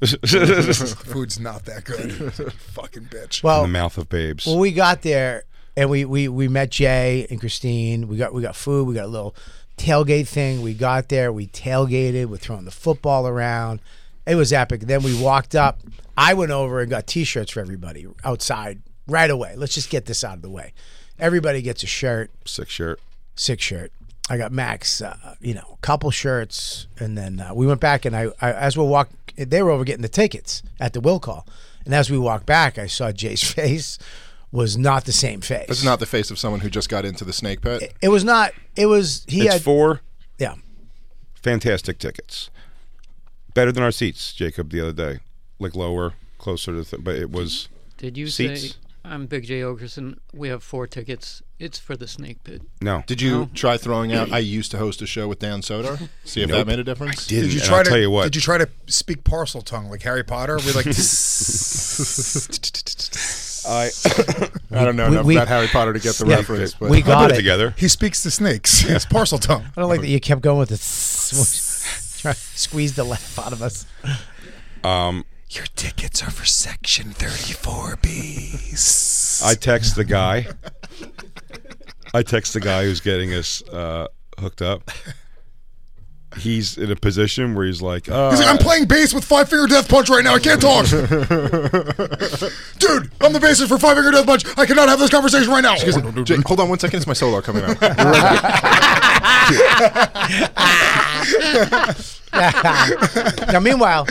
S7: the food's not that good. Fucking bitch."
S1: Well,
S2: In the mouth of babes.
S1: Well, we got there and we, we we met Jay and Christine. We got we got food. We got a little tailgate thing. We got there. We tailgated. We're throwing the football around. It was epic. Then we walked up. I went over and got T-shirts for everybody outside right away. Let's just get this out of the way. Everybody gets a shirt.
S2: Sick shirt.
S1: Sick shirt. I got Max, uh, you know, a couple shirts, and then uh, we went back. And I, I, as we walk, they were over getting the tickets at the will call. And as we walked back, I saw Jay's [LAUGHS] face was not the same face.
S8: That's not the face of someone who just got into the snake pit.
S1: It was not. It was he
S2: it's
S1: had
S2: four
S1: Yeah.
S2: fantastic tickets. Better than our seats, Jacob, the other day. Like lower, closer to, th- but it was.
S6: Did you
S2: seats?
S6: say I'm Big J Ogerson? We have four tickets. It's for the Snake Pit.
S2: No.
S8: Did you
S6: No.
S8: try throwing out? I used to host a show with Dan Soder. See if that
S2: Nope.
S8: made a difference.
S2: I didn't,
S7: Did you
S2: and
S7: try
S2: I'll
S7: to
S2: tell you what.
S7: Did you try to speak parcel tongue like Harry Potter? We like.
S2: [LAUGHS] I
S8: I don't know
S7: We-
S8: enough
S7: we-
S8: about Harry Potter to get the
S7: Yeah,
S8: reference. But
S1: we got it
S7: He speaks to snakes. It's parcel tongue.
S1: I don't like that you kept going with the [LAUGHS] try squeeze the laugh out of us. [LAUGHS]
S2: Um,
S7: Your tickets are for section 34B.
S2: I text the guy. I text the guy who's getting us uh, hooked up. He's in a position where he's like, uh,
S7: He's like, I'm playing bass with Five Finger Death Punch right now. I can't
S2: [LAUGHS]
S7: talk. Dude, I'm the bassist for Five Finger Death Punch. I cannot have this conversation right now.
S8: Jake, hold on one second. It's my solo coming out.
S1: now,
S8: [LAUGHS]
S1: meanwhile,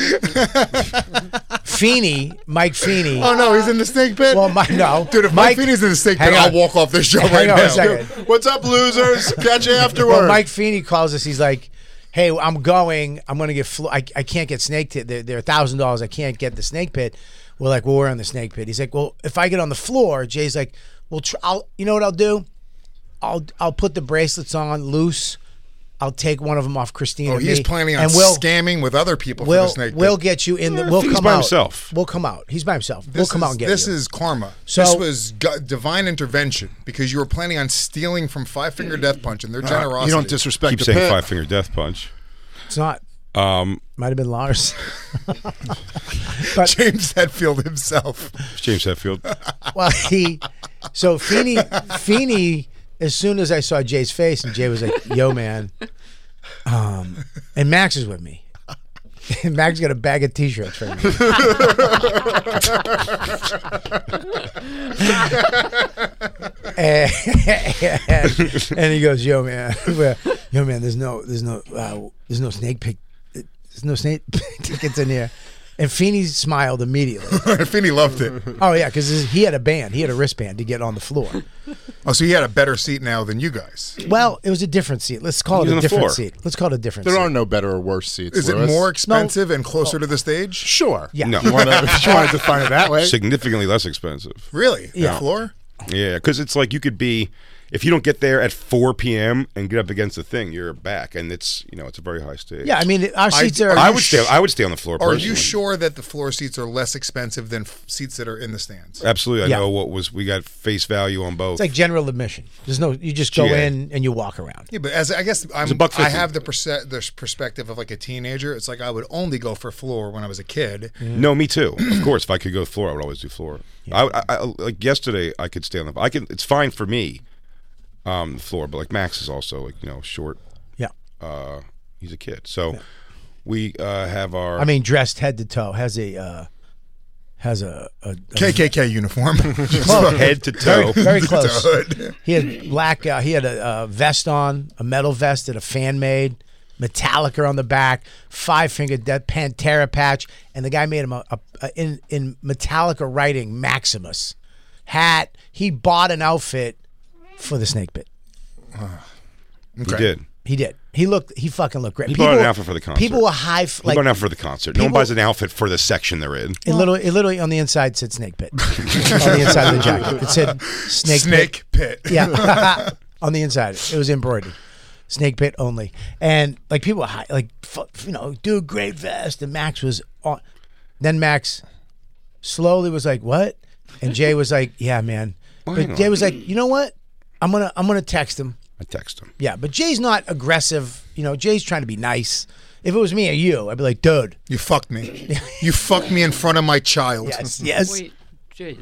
S1: Feeney, Mike Feeney.
S7: Oh no, he's in the snake pit.
S1: Well, my, no,
S7: Dude, if Mike Feeney's in the snake pit,
S1: hang
S7: I'll
S1: on.
S7: walk off this show
S1: Hang
S7: right
S1: on a
S7: now.
S1: second.
S7: What's up,
S1: [LAUGHS]
S7: losers? Catch you
S1: Well, Mike Feeney calls us. He's like, "Hey, I'm going. I'm going to get. Flo- I, I can't get snake pit. They're- They're a thousand dollars. I can't get the snake pit." We're like, "Well, we're on the snake pit." He's like, "Well, if I get on the floor," Jay's like, "Well, tr- I'll. You know what I'll do? I'll I'll put the bracelets on loose. I'll take one of them off Christina.
S7: Oh,
S1: and
S7: he's
S1: me,
S7: planning on
S1: and we'll,
S7: scamming with other people
S1: we'll,
S7: for the snake pit.
S1: We'll get you in the.
S7: Eh,
S1: We'll
S7: he's
S1: come
S7: by
S1: out.
S7: himself.
S1: We'll come out. He's by himself.
S7: This
S1: we'll come
S7: is,
S1: out and get
S7: This
S1: you.
S7: is karma.
S1: So-
S7: this was go- divine intervention because you were planning on stealing from Five Finger Death Punch and their
S8: Uh,
S7: generosity.
S2: Keep saying five finger death punch.
S1: It's not.
S2: Um,
S1: Might have been Lars.
S7: [LAUGHS]
S1: [LAUGHS]
S7: James Hetfield himself. [LAUGHS]
S2: James Hetfield.
S1: Well, he. So Feeney, Feeney. As soon as I saw Jay's face, and Jay was like, "Yo, man," um, and Max is with me. [LAUGHS] And Max got a bag of T-shirts for me. and, and [LAUGHS] he goes, "Yo, man, [LAUGHS] yo, man, there's no, there's no, uh, there's no snake pick, there's no snake [LAUGHS] tickets in here." And Feeney smiled immediately.
S7: Finney loved it.
S1: Oh yeah, because he had a band. He had a wristband to get on the floor.
S7: Oh, so he had a better seat now than you guys.
S1: Well, it was a different seat. Let's call
S7: He
S1: it
S7: was
S1: a
S7: on the
S1: different
S7: floor.
S1: seat. Let's call it a different.
S8: There
S1: seat.
S8: are no better or worse seats.
S7: Is it
S8: Louis.
S7: more expensive and closer to the stage?
S8: Sure.
S1: Yeah.
S2: No.
S8: [LAUGHS] You wanna- if you wanna define it that way.
S2: Significantly less expensive.
S7: Really?
S2: Yeah.
S7: The floor?
S2: Yeah, because it's like you could be, if you don't get there at 4 p.m. and get up against the thing, you're back, and it's you know it's a very high stage.
S1: Yeah, I mean, our seats are-
S2: I would stay. I would stay on the floor.
S7: Are
S2: personally.
S7: you sure that the floor seats are less expensive than f- seats that are in the stands?
S2: Absolutely. I
S1: Yeah.
S2: know what was we got face value on both.
S1: It's like general admission. There's no. You just go
S2: GA.
S1: in and you walk around.
S7: Yeah, but as I guess I'm,
S2: a buck
S7: I
S2: fifty.
S7: have the perse- the perspective of like a teenager. It's like I would only go for floor when I was a kid.
S2: No, me too. Of [CLEARS THROAT] course, if I could go floor, I would always do floor. I, I, I like yesterday. I could stay on the. I can. It's fine for me, um, the floor. But like Max is also like you know short.
S1: Yeah.
S2: Uh, he's a kid, so we uh have our.
S1: I mean, dressed head to toe has a uh, has a, a, a
S2: [LAUGHS]
S7: KKK uniform. [LAUGHS]
S1: Close.
S2: Head to toe.
S1: Very,
S2: [LAUGHS]
S1: very
S2: To
S1: close.
S2: hood.
S1: He had black. Uh, he had a, a vest on, a metal vest that a fan made, Metallica on the back, five finger death Pantera patch, and the guy made him a, a, a in in Metallica writing Maximus hat. He bought an outfit for the snake bit.
S2: He did.
S1: He did. He looked. He fucking looked great.
S2: He bought an
S1: People-
S2: outfit for the concert.
S1: People were high. f-
S2: he
S1: Like
S2: bought an outfit for the concert. no one
S1: people-
S2: buys an outfit for the section they're in.
S1: It literally, it literally on the inside said snake pit. [LAUGHS] on the inside of the jacket, it said snake
S7: Snake pit.
S1: Yeah, [LAUGHS] on the inside, it was embroidered. Snake pit only, and like people were high, like fu- you know, dude, great vest. And Max was on. Then Max slowly was like, "What?" And Jay was like, "Yeah, man."
S2: hang
S1: But
S2: on.
S1: Jay was like, "You know what? I'm gonna, I'm gonna text him."
S2: I text him.
S1: Yeah, but Jay's not aggressive. You know, Jay's trying to be nice. If it was me or you, I'd be like, "Dude,
S7: you fucked me. you fucked me in front of my child.
S8: [LAUGHS]
S1: Yes, yes.
S6: Wait, Jay,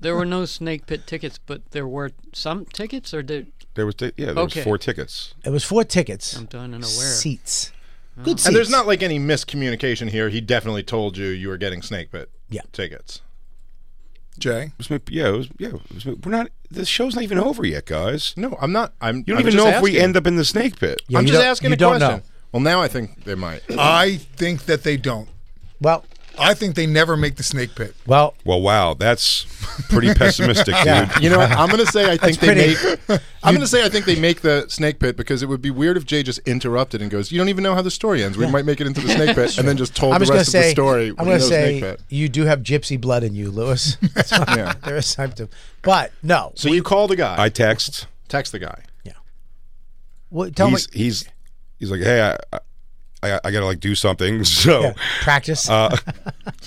S6: there were no snake pit tickets, but there were some tickets, or did
S2: There was t- yeah, there
S6: Okay.
S2: was four tickets.
S1: It was four tickets.
S6: I'm done and aware.
S1: Seats.
S6: Oh.
S1: Good
S8: And there's
S1: seats.
S8: not like any miscommunication here. He definitely told you you were getting snake pit
S1: Yeah.
S8: tickets.
S7: Jay,
S2: It was my- yeah, it was, yeah. It was, my- we're not. The show's not even over yet, guys.
S8: No, I'm not. I'm.
S2: You don't
S8: I'm
S2: even know
S8: just
S2: if we
S8: asking.
S2: end up in the snake pit.
S8: I'm
S1: you
S8: just
S1: don't-
S8: asking
S1: you
S8: a
S1: don't
S8: question.
S1: know.
S8: Well, now I think they might.
S7: I think that they don't.
S1: Well,
S7: I think they never make the snake pit.
S1: Well,
S2: well, wow, that's
S8: [LAUGHS]
S2: pretty pessimistic, dude.
S8: Yeah. You know, what? I'm gonna say I
S7: That's
S8: think they
S7: pretty-
S8: make. I'm gonna say I think they make the snake pit because it would be weird if Jay just interrupted and goes, "You don't even know how the story ends. We might make it into the snake pit," and then just told
S1: I'm
S8: the
S1: just gonna
S8: rest of
S1: say,
S8: the story.
S1: I'm
S8: with
S1: gonna
S8: no snake
S1: say
S8: pit.
S1: you do have gypsy blood in you, Lewis. [LAUGHS]
S8: [LAUGHS] Yeah.
S1: There is something, but no.
S8: So you call the guy.
S2: I text.
S8: Text the guy.
S1: What, tell me,
S2: he's, he's he's like, hey, I, I I gotta like do something. [LAUGHS] So
S1: practice.
S2: uh,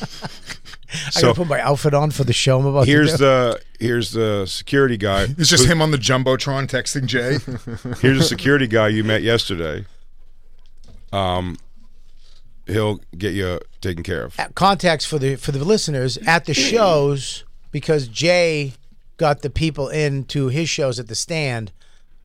S1: I gotta
S2: so
S1: put my outfit on for the show. I'm about
S2: here's
S1: to do.
S2: the here's the security guy.
S7: [LAUGHS] It's just
S2: Who-
S7: him on the jumbotron texting
S2: [LAUGHS]
S7: Jay.
S2: Here's the security guy you met yesterday. Um, he'll get you taken care of.
S1: contacts for the for the listeners at the shows because Jay got the people into his shows at the stand,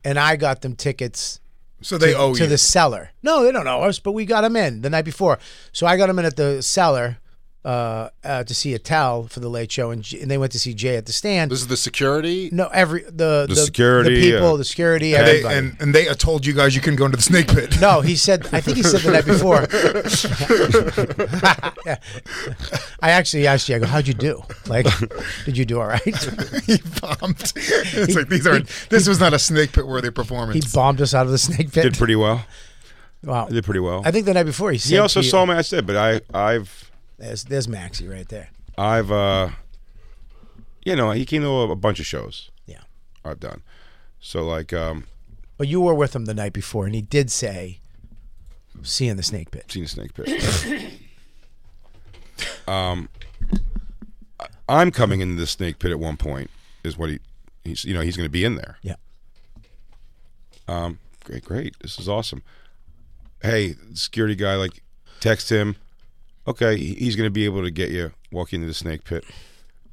S1: and I got them tickets.
S7: So they
S1: to,
S7: owe
S1: to
S7: you.
S1: the seller. No, they don't owe us, but we got them in the night before. So I got them in at the seller, uh, uh, to see a towel for the late show, and, J- and they went to see Jay at the stand. This
S8: is the security.
S1: No, every the the,
S2: security,
S1: the people,
S2: uh,
S1: the security,
S7: and they,
S1: everybody.
S7: and, and they uh, told you guys you couldn't go into the snake pit.
S1: No, he said. I think he said the night before. [LAUGHS] I actually asked you. I go, "How'd you do? Like, did you do all right?"
S7: [LAUGHS]
S1: he
S7: bombed. It's like these aren't. This was not a snake pit worthy
S1: He
S7: performance.
S1: bombed us out of the snake pit.
S2: Did pretty well.
S1: Wow.
S2: Did pretty well.
S1: I think the night before he said.
S2: He also
S1: to you-
S2: saw me. I said, but I, I've,
S1: There's, there's Maxie right there.
S2: I've, uh, you know, he came to a, a bunch of shows.
S1: Yeah.
S2: I've done. So like, um,
S1: But you were with him the night before, and he did say, "Seeing the snake pit."
S2: Seeing the snake pit. [LAUGHS] um, I- I'm coming into the snake pit at one point. Is what he, he's, you know, he's going to be in there.
S1: Yeah.
S2: Um, great, great. This is awesome. Hey, the security guy, like, text him. Okay, he- he's going to be able to get you walk into the snake pit.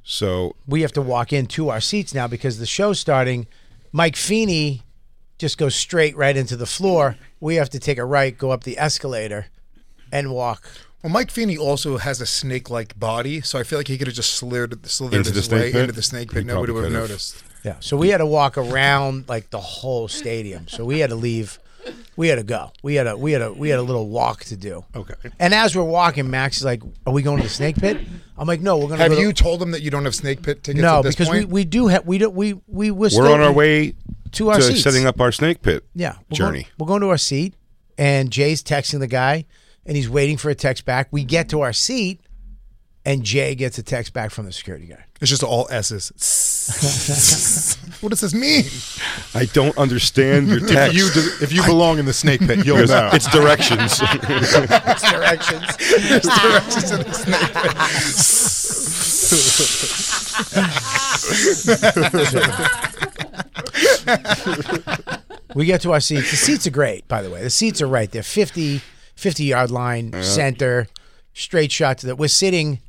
S2: So
S1: we have to walk into our seats now because the show's starting. Mike Feeney just goes straight right into the floor. We have to take a right, go up the escalator, and walk.
S7: Well, Mike Feeney also has a snake-like body, so I feel like he could have just slithered, slithered
S2: Into the
S7: his
S2: snake
S7: way
S2: pit?
S7: into the snake pit.
S2: He
S7: Nobody
S2: probably
S7: would have
S2: could've.
S7: noticed.
S1: Yeah. So we had to walk around like the whole stadium. So we had to leave. We had to go. We had a we had a we had a little walk to do.
S7: Okay.
S1: And as we're walking, Max is like, "Are we going to the snake pit?" I'm like, "No, we're going
S7: Have
S1: go to."
S7: you told him that you don't have snake pit tickets?
S1: no,
S7: at this
S1: because
S7: point?
S1: we, we do have we don't we we were
S2: we're on our way
S1: to our seats.
S2: setting up our snake pit.
S1: Yeah, we're
S2: journey.
S1: Going, we're going to our seat, and Jay's texting the guy, and he's waiting for a text back. We get to our seat, and Jay gets a text back from the security guy.
S7: It's just all
S2: [LAUGHS]
S7: S's. what does this mean?
S2: I don't understand your
S8: If
S2: text.
S8: you do- if you belong in the snake pit, you'll
S2: Because
S8: know.
S2: It's
S8: [LAUGHS]
S2: directions.
S7: It's directions. It's directions in the snake pit.
S1: We get to our seats. The seats are great, by the way. The seats are right there 50, 50 yard line,
S2: Yeah.
S1: center, straight shot to the. We're sitting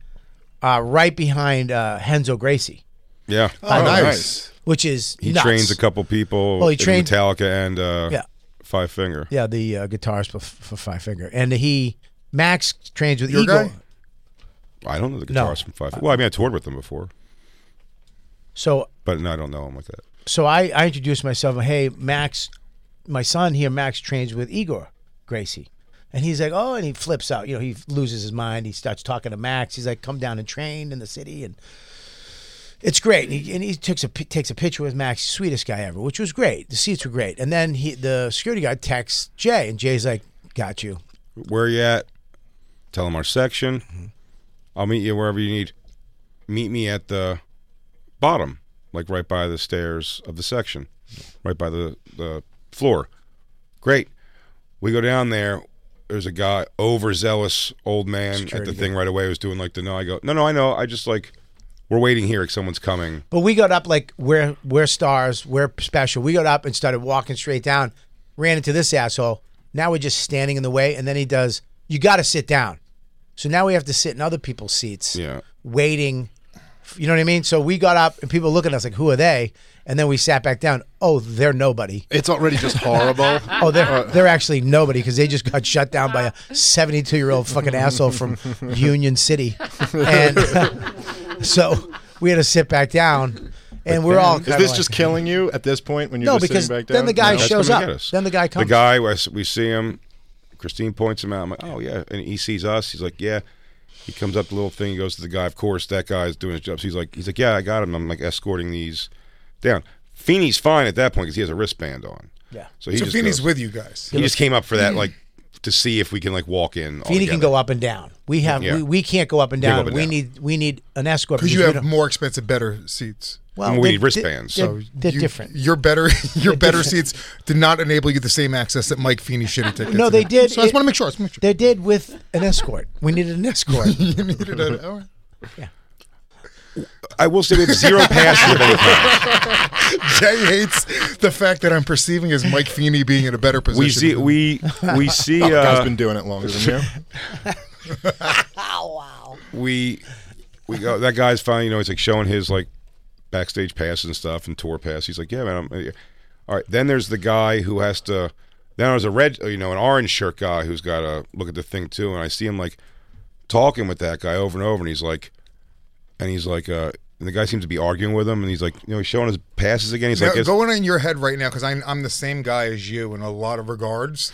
S1: uh, right behind uh, Henzo Gracie.
S2: yeah.
S1: by the way, Which is
S2: He
S1: nuts.
S2: trains a couple people.
S1: Well, he
S2: in
S1: trained-
S2: Metallica and uh,
S1: Yeah.
S2: Five Finger.
S1: Yeah, the uh, guitarist for, for Five Finger. And he, Max trains with
S2: Your
S1: Eagle.
S2: guy? I don't know the
S1: No.
S2: guitarist from Five. Finger. Well, I mean, I toured with them before,
S1: So
S2: but no, I don't know him like that.
S1: so I, I introduced myself. Hey, Max, my son here, Max trains with Igor Gracie. And he's like, oh, and he flips out. You know, he loses his mind. He starts talking to Max. He's like, come down and train in the city. And it's great. And he, and he takes a pi- takes a picture with Max, sweetest guy ever, which was great. The seats were great. And then he the security guy texts Jay, and Jay's like, got you.
S2: Where you at? Tell them our section. I'll meet you wherever you need. Meet me at the bottom, like right by the stairs of the section, right by the, the floor. Great. We go down there. There's a guy, overzealous old man at
S1: Security
S2: the
S1: guy.
S2: thing right away. was doing like the no. I go, no, no, I know. I just like, we're waiting here. Like someone's coming.
S1: But we got up like we're we're stars, we're special. We got up and started walking straight down, ran into this asshole. Now we're just standing in the way, and then he does. You got to sit down. So now we have to sit in other people's seats,
S2: Yeah.
S1: waiting. You know what I mean? So we got up, and people look at us like, "Who are they?" And then we sat back down. Oh, they're nobody.
S8: It's already just horrible.
S1: Oh, they're they're actually nobody because they just got shut down by a 72 year old fucking asshole from Union City, and [LAUGHS] so we had to sit back down, and we're all.
S8: Is
S1: kinda
S8: this
S1: like-
S8: just killing you at this point when you're
S1: No,
S8: just
S1: because
S8: sitting back down?
S1: then the guy
S2: That's
S1: shows
S2: gonna
S1: up.
S2: get us.
S1: Then the guy comes.
S2: The guy we we see him. Christine points him out. I'm like, oh yeah, and he sees us. He's like, yeah. He comes up the little thing. He goes to the guy. Of course, that guy's doing his job. So he's like, he's like, yeah, I got him. I'm like escorting these down. Feeney's fine at that point because he has a wristband on.
S1: Yeah.
S2: So he
S7: So
S2: just
S7: Feeney's
S2: goes-
S7: with you guys.
S2: He just came up for that, like, to see if we can like walk in.
S1: Feeney can
S2: altogether.
S1: go up and down. We have
S2: Yeah.
S1: we, we can't go up and
S2: Can't go
S1: down.
S2: up and
S1: we
S2: down.
S1: need we need an escort
S7: Because you
S1: we
S7: have
S1: don't-
S7: more expensive, better seats.
S1: Well, We they're- need wristbands. they're-
S7: So
S1: they're
S7: you-
S1: different.
S7: Your better, [LAUGHS] your
S1: They're
S7: better
S1: different.
S7: seats did not enable you the same access that Mike Feeney should have taken.
S1: No, they did.
S7: So I just want to make sure.
S1: They did with an escort. We needed an escort.
S7: [LAUGHS] you needed an hour.
S2: I will say we
S1: [LAUGHS]
S2: have zero passes of any kind.
S7: Jay hates the fact that I'm perceiving as Mike Feeney being in a better position.
S2: We see we
S1: [LAUGHS]
S2: we see.
S7: Oh, the guy's
S2: uh,
S7: been doing it longer than
S2: we we go. That guy's fine. You know, he's like showing his like backstage pass and stuff and tour pass. He's like, yeah, man. I'm, uh, all right. Then there's the guy who has to. uh, Then there's a red, you know, an orange shirt guy who's got to look at the thing too. And I see him like talking with that guy over and over, and he's like, and he's like, uh, and the guy seems to be arguing with him, and he's like, you know, he's showing his passes again. He's
S7: Now,
S2: like, it's-
S7: going in your head right now because I'm, I'm the same guy as you in a lot of regards.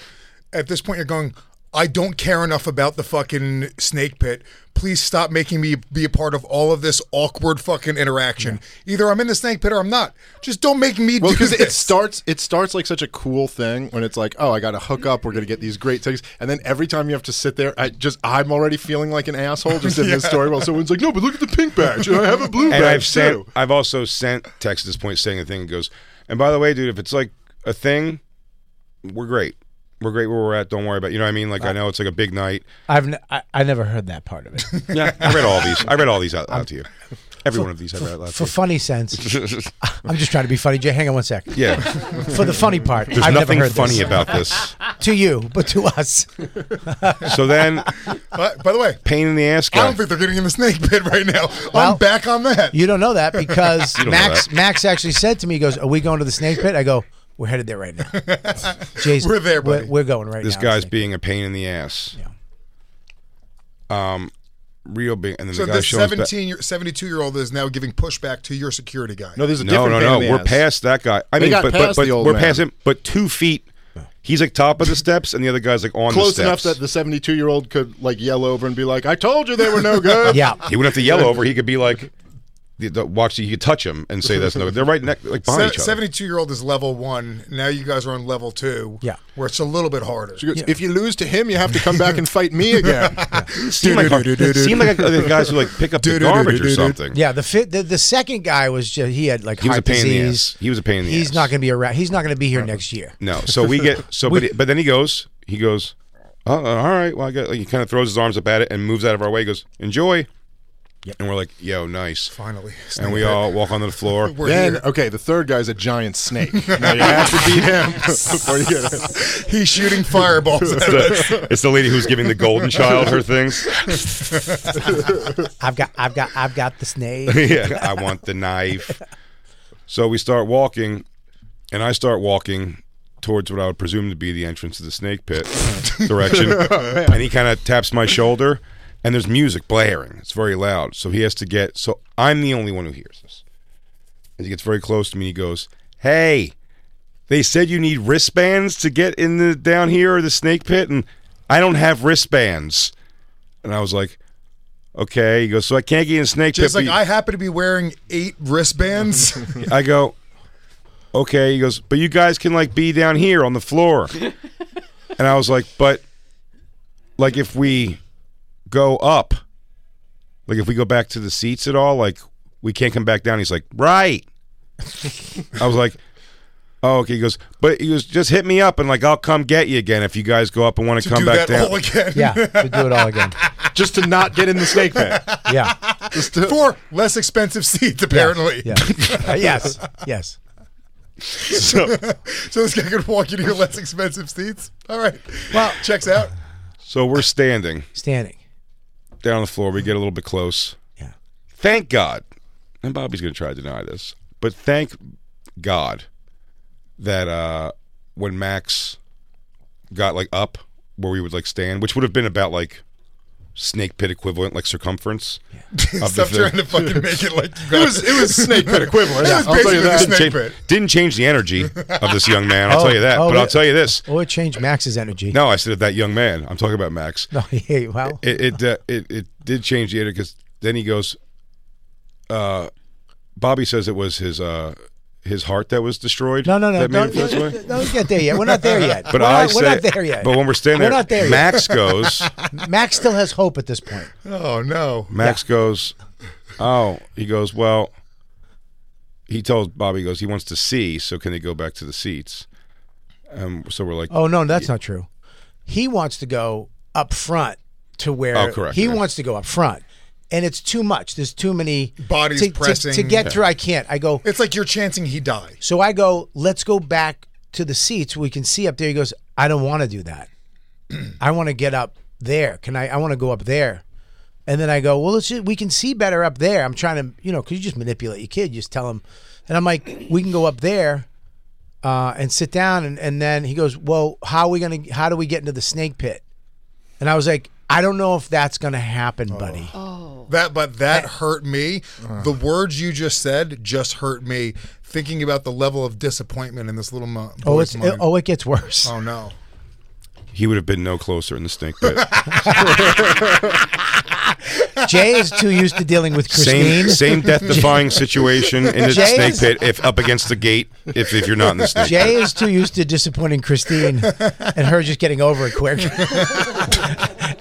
S7: At this point, you're going. I don't care enough about the fucking snake pit. Please stop making me be a part of all of this awkward fucking interaction. Either I'm in the snake pit or I'm not. Just don't make me
S8: Well,
S7: do
S8: because
S7: this.
S8: it starts, it starts like such a cool thing when it's like, oh, I got to hook up. We're gonna get these great things, and then every time you have to sit there, I just I'm already feeling like an asshole just in [LAUGHS] this
S7: Yeah.
S8: story. While someone's like, no, but look at the pink badge. and I have a [LAUGHS] blue
S2: and
S8: badge
S2: I've sent,
S8: too.
S2: I've also sent text at this point saying the thing that goes, and by the way, dude, if it's like a thing, we're great. We're great where we're at. Don't worry about. it." You know what I mean? Like I know it's like a big night.
S1: I've n- I, I never heard that part of it.
S2: Yeah, I read all these. I read all these out loud to you. Every one of these I
S1: for,
S2: read out loud.
S1: for
S2: to you.
S1: funny sense. I'm just trying to be funny, Jay. Hang on one sec.
S2: Yeah.
S1: for the funny part,
S2: There's
S1: I've
S2: nothing
S1: never heard
S2: funny
S1: this.
S2: about this.
S1: to you, but to us.
S2: So then,
S7: But, by the way,
S2: pain in the ass
S7: I
S2: guy.
S7: don't think they're getting in the snake pit right now.
S1: Well,
S7: I'm back on that.
S1: You don't know that
S2: [LAUGHS]
S1: because
S7: You don't know
S1: Max
S7: that.
S1: Max actually said to me, he goes, Are we going to the snake pit? I go, We're headed there
S2: [LAUGHS]
S1: right now. Jay's,
S7: We're there,
S1: we're,
S7: buddy.
S1: we're going right
S2: this
S1: now.
S2: guy's being a pain in the ass. Yeah. Um, real big, and then
S7: So
S2: the guy
S7: this
S2: showing.
S7: 17 year, 72 year old is now giving pushback to your security guy.
S2: no, no, no, no. We're past that guy. I
S7: They
S2: mean,
S7: got
S2: but
S7: past
S2: but, but
S7: the old
S2: we're
S7: man.
S2: past him. But two feet. He's like top of the steps, and the other guy's like on
S8: Close
S2: the
S8: enough
S2: steps.
S8: that the 72 year old could like yell over and be like, I told you they were no
S7: [LAUGHS]
S8: good.
S2: he wouldn't have to yell over. He could be like, the, the, watch. You could touch him and say that's no. They're right next, like behind each other.
S7: 72 year old is level one. Now you guys are on level two.
S1: Yeah.
S7: Where it's a little bit harder.
S8: She goes, If you lose to him, you have to come back and fight me again. [LAUGHS]
S2: Seem like- seem like the guys who, like, pick up the garbage or something.
S1: Yeah, the fit the, the second guy was just he had like
S2: He was
S1: heart
S2: a pain in the
S1: disease.
S2: ass. He was a pain in the
S1: He's
S2: ass.
S1: not gonna be around he's not gonna be here next year.
S2: No. So we get so, but, but then he goes. He goes. Oh, uh, all right. Well, I got. Like, he kind of throws his arms up at it and moves out of our way. He goes, enjoy. And we're like, yo, nice.
S7: Finally.
S2: And we all walk onto the floor.
S7: [LAUGHS]
S8: Then, okay, the third guy's a giant snake. Now you have to beat him before you get it.
S7: [LAUGHS] He's shooting fireballs at
S2: it's, the, it's the lady who's giving the golden child her things.
S1: I've got I've got I've got the
S2: [LAUGHS]
S1: snake.
S2: yeah, I want the knife. So we start walking, and I start walking towards what I would presume to be the entrance to the snake
S7: [LAUGHS]
S2: pit direction.
S8: Oh, man.
S2: and he kind of taps my shoulder, and there's music blaring. It's very loud. So he has to get, so I'm the only one who hears this. As he gets very close to me, he goes, Hey, they said you need wristbands to get in the down here or the snake pit, and I don't have wristbands. And I was like, Okay. He goes, So I can't get in the snake
S7: Just
S2: pit.
S7: like
S2: but you-
S7: I happen to be wearing eight wristbands.
S2: I go, okay. He goes, but you guys can like be down here on the floor. and I was like, but like if we go up, like if we go back to the seats at all, like we can't come back down. He's like, right. I was like, oh, okay. He goes, but he goes, just hit me up and like I'll come get you again if you guys go up and want to come
S7: do
S2: back
S7: that Oh
S2: down.
S7: all again.
S1: Yeah, to do it all again.
S8: Just to not get in the snake
S7: [LAUGHS]
S8: pit.
S1: [LAUGHS] Yeah.
S2: [LAUGHS]
S7: For less expensive seats, apparently.
S1: Yeah. Uh, yes. Yes.
S7: [LAUGHS] So, this guy could walk you to your less expensive seats. All right. Well, checks out.
S2: So we're standing.
S1: Standing.
S2: Down on the floor. We get a little bit close.
S1: Yeah.
S2: Thank God. And Bobby's going to try to deny this. But thank God that uh when Max got like up where we would like stand, which would have been about like snake pit equivalent, like circumference. of
S7: [LAUGHS] Stop
S2: the
S7: trying
S2: thing.
S8: [LAUGHS]
S7: to fucking make it like you
S8: It
S7: got-
S8: was- it was snake pit equivalent.
S7: It
S8: Yeah,
S7: was
S8: I'll tell you
S7: basically the
S8: that.
S7: snake
S2: Didn't
S7: pit.
S2: change, didn't change the energy of this young man. I'll
S1: Oh,
S2: tell you that.
S1: oh,
S2: but I'll
S1: it-
S2: tell you this.
S1: Oh, it changed Max's energy.
S2: No, I said of that young man. I'm talking about Max.
S1: No, [LAUGHS] yeah, well.
S2: it it uh, it, it did change the energy because then he goes. Uh, Bobby says it was his uh his heart that was destroyed.
S1: No, no, no.
S2: That made him
S1: Don't,
S2: feel this way.
S1: don't, don't get there yet. We're not there yet.
S2: [LAUGHS] But
S1: we're
S2: I
S1: not, we're
S2: say-
S1: not there yet.
S2: but when we're standing
S1: we're
S2: there,
S1: not there yet.
S2: Max
S1: [LAUGHS]
S2: goes-
S1: Max still has hope at this point.
S7: Oh no.
S2: Max goes, oh, he goes, well, he tells Bobby, he goes, he wants to see, so can they go back to the seats? Um, so we're like,
S1: Oh no, that's not true. He wants to go up front to where
S2: Oh, correct,
S1: he
S2: yeah.
S1: wants to go up front. And it's too much. There's too many
S7: Bodies
S1: to, to-
S7: pressing.
S1: to, get
S7: Yeah.
S1: through. I can't. I go.
S7: It's like you're chanting he die.
S1: So I go. Let's go back to the seats. We can see up there. He goes. I don't want to do that. [CLEARS THROAT] I want to get up there. Can I? I want to go up there. And then I go. Well, let's. Just, we can see better up there. I'm trying to. You know, because you just manipulate your kid. You just tell him. And I'm like, we can go up there. Uh, and sit down and, and then he goes well how are we gonna how do we get into the snake pit and i was like I don't know if that's going to happen, buddy.
S7: That, but that hurt me.
S8: Uh.
S7: The words you just said just hurt me. Thinking about the level of disappointment in this little mo-
S1: Oh,
S7: boy's
S1: it's
S7: mind.
S1: oh, it gets worse.
S7: Oh no!
S2: He would have been no closer in the stink pit.
S1: Jay is too used to dealing with Christine.
S2: same same death defying situation in the
S1: Jay
S2: snake
S1: is-
S2: pit if up against the gate if, if you're not in the snake pit.
S1: Jay is too used to disappointing Christine and her just getting over it quick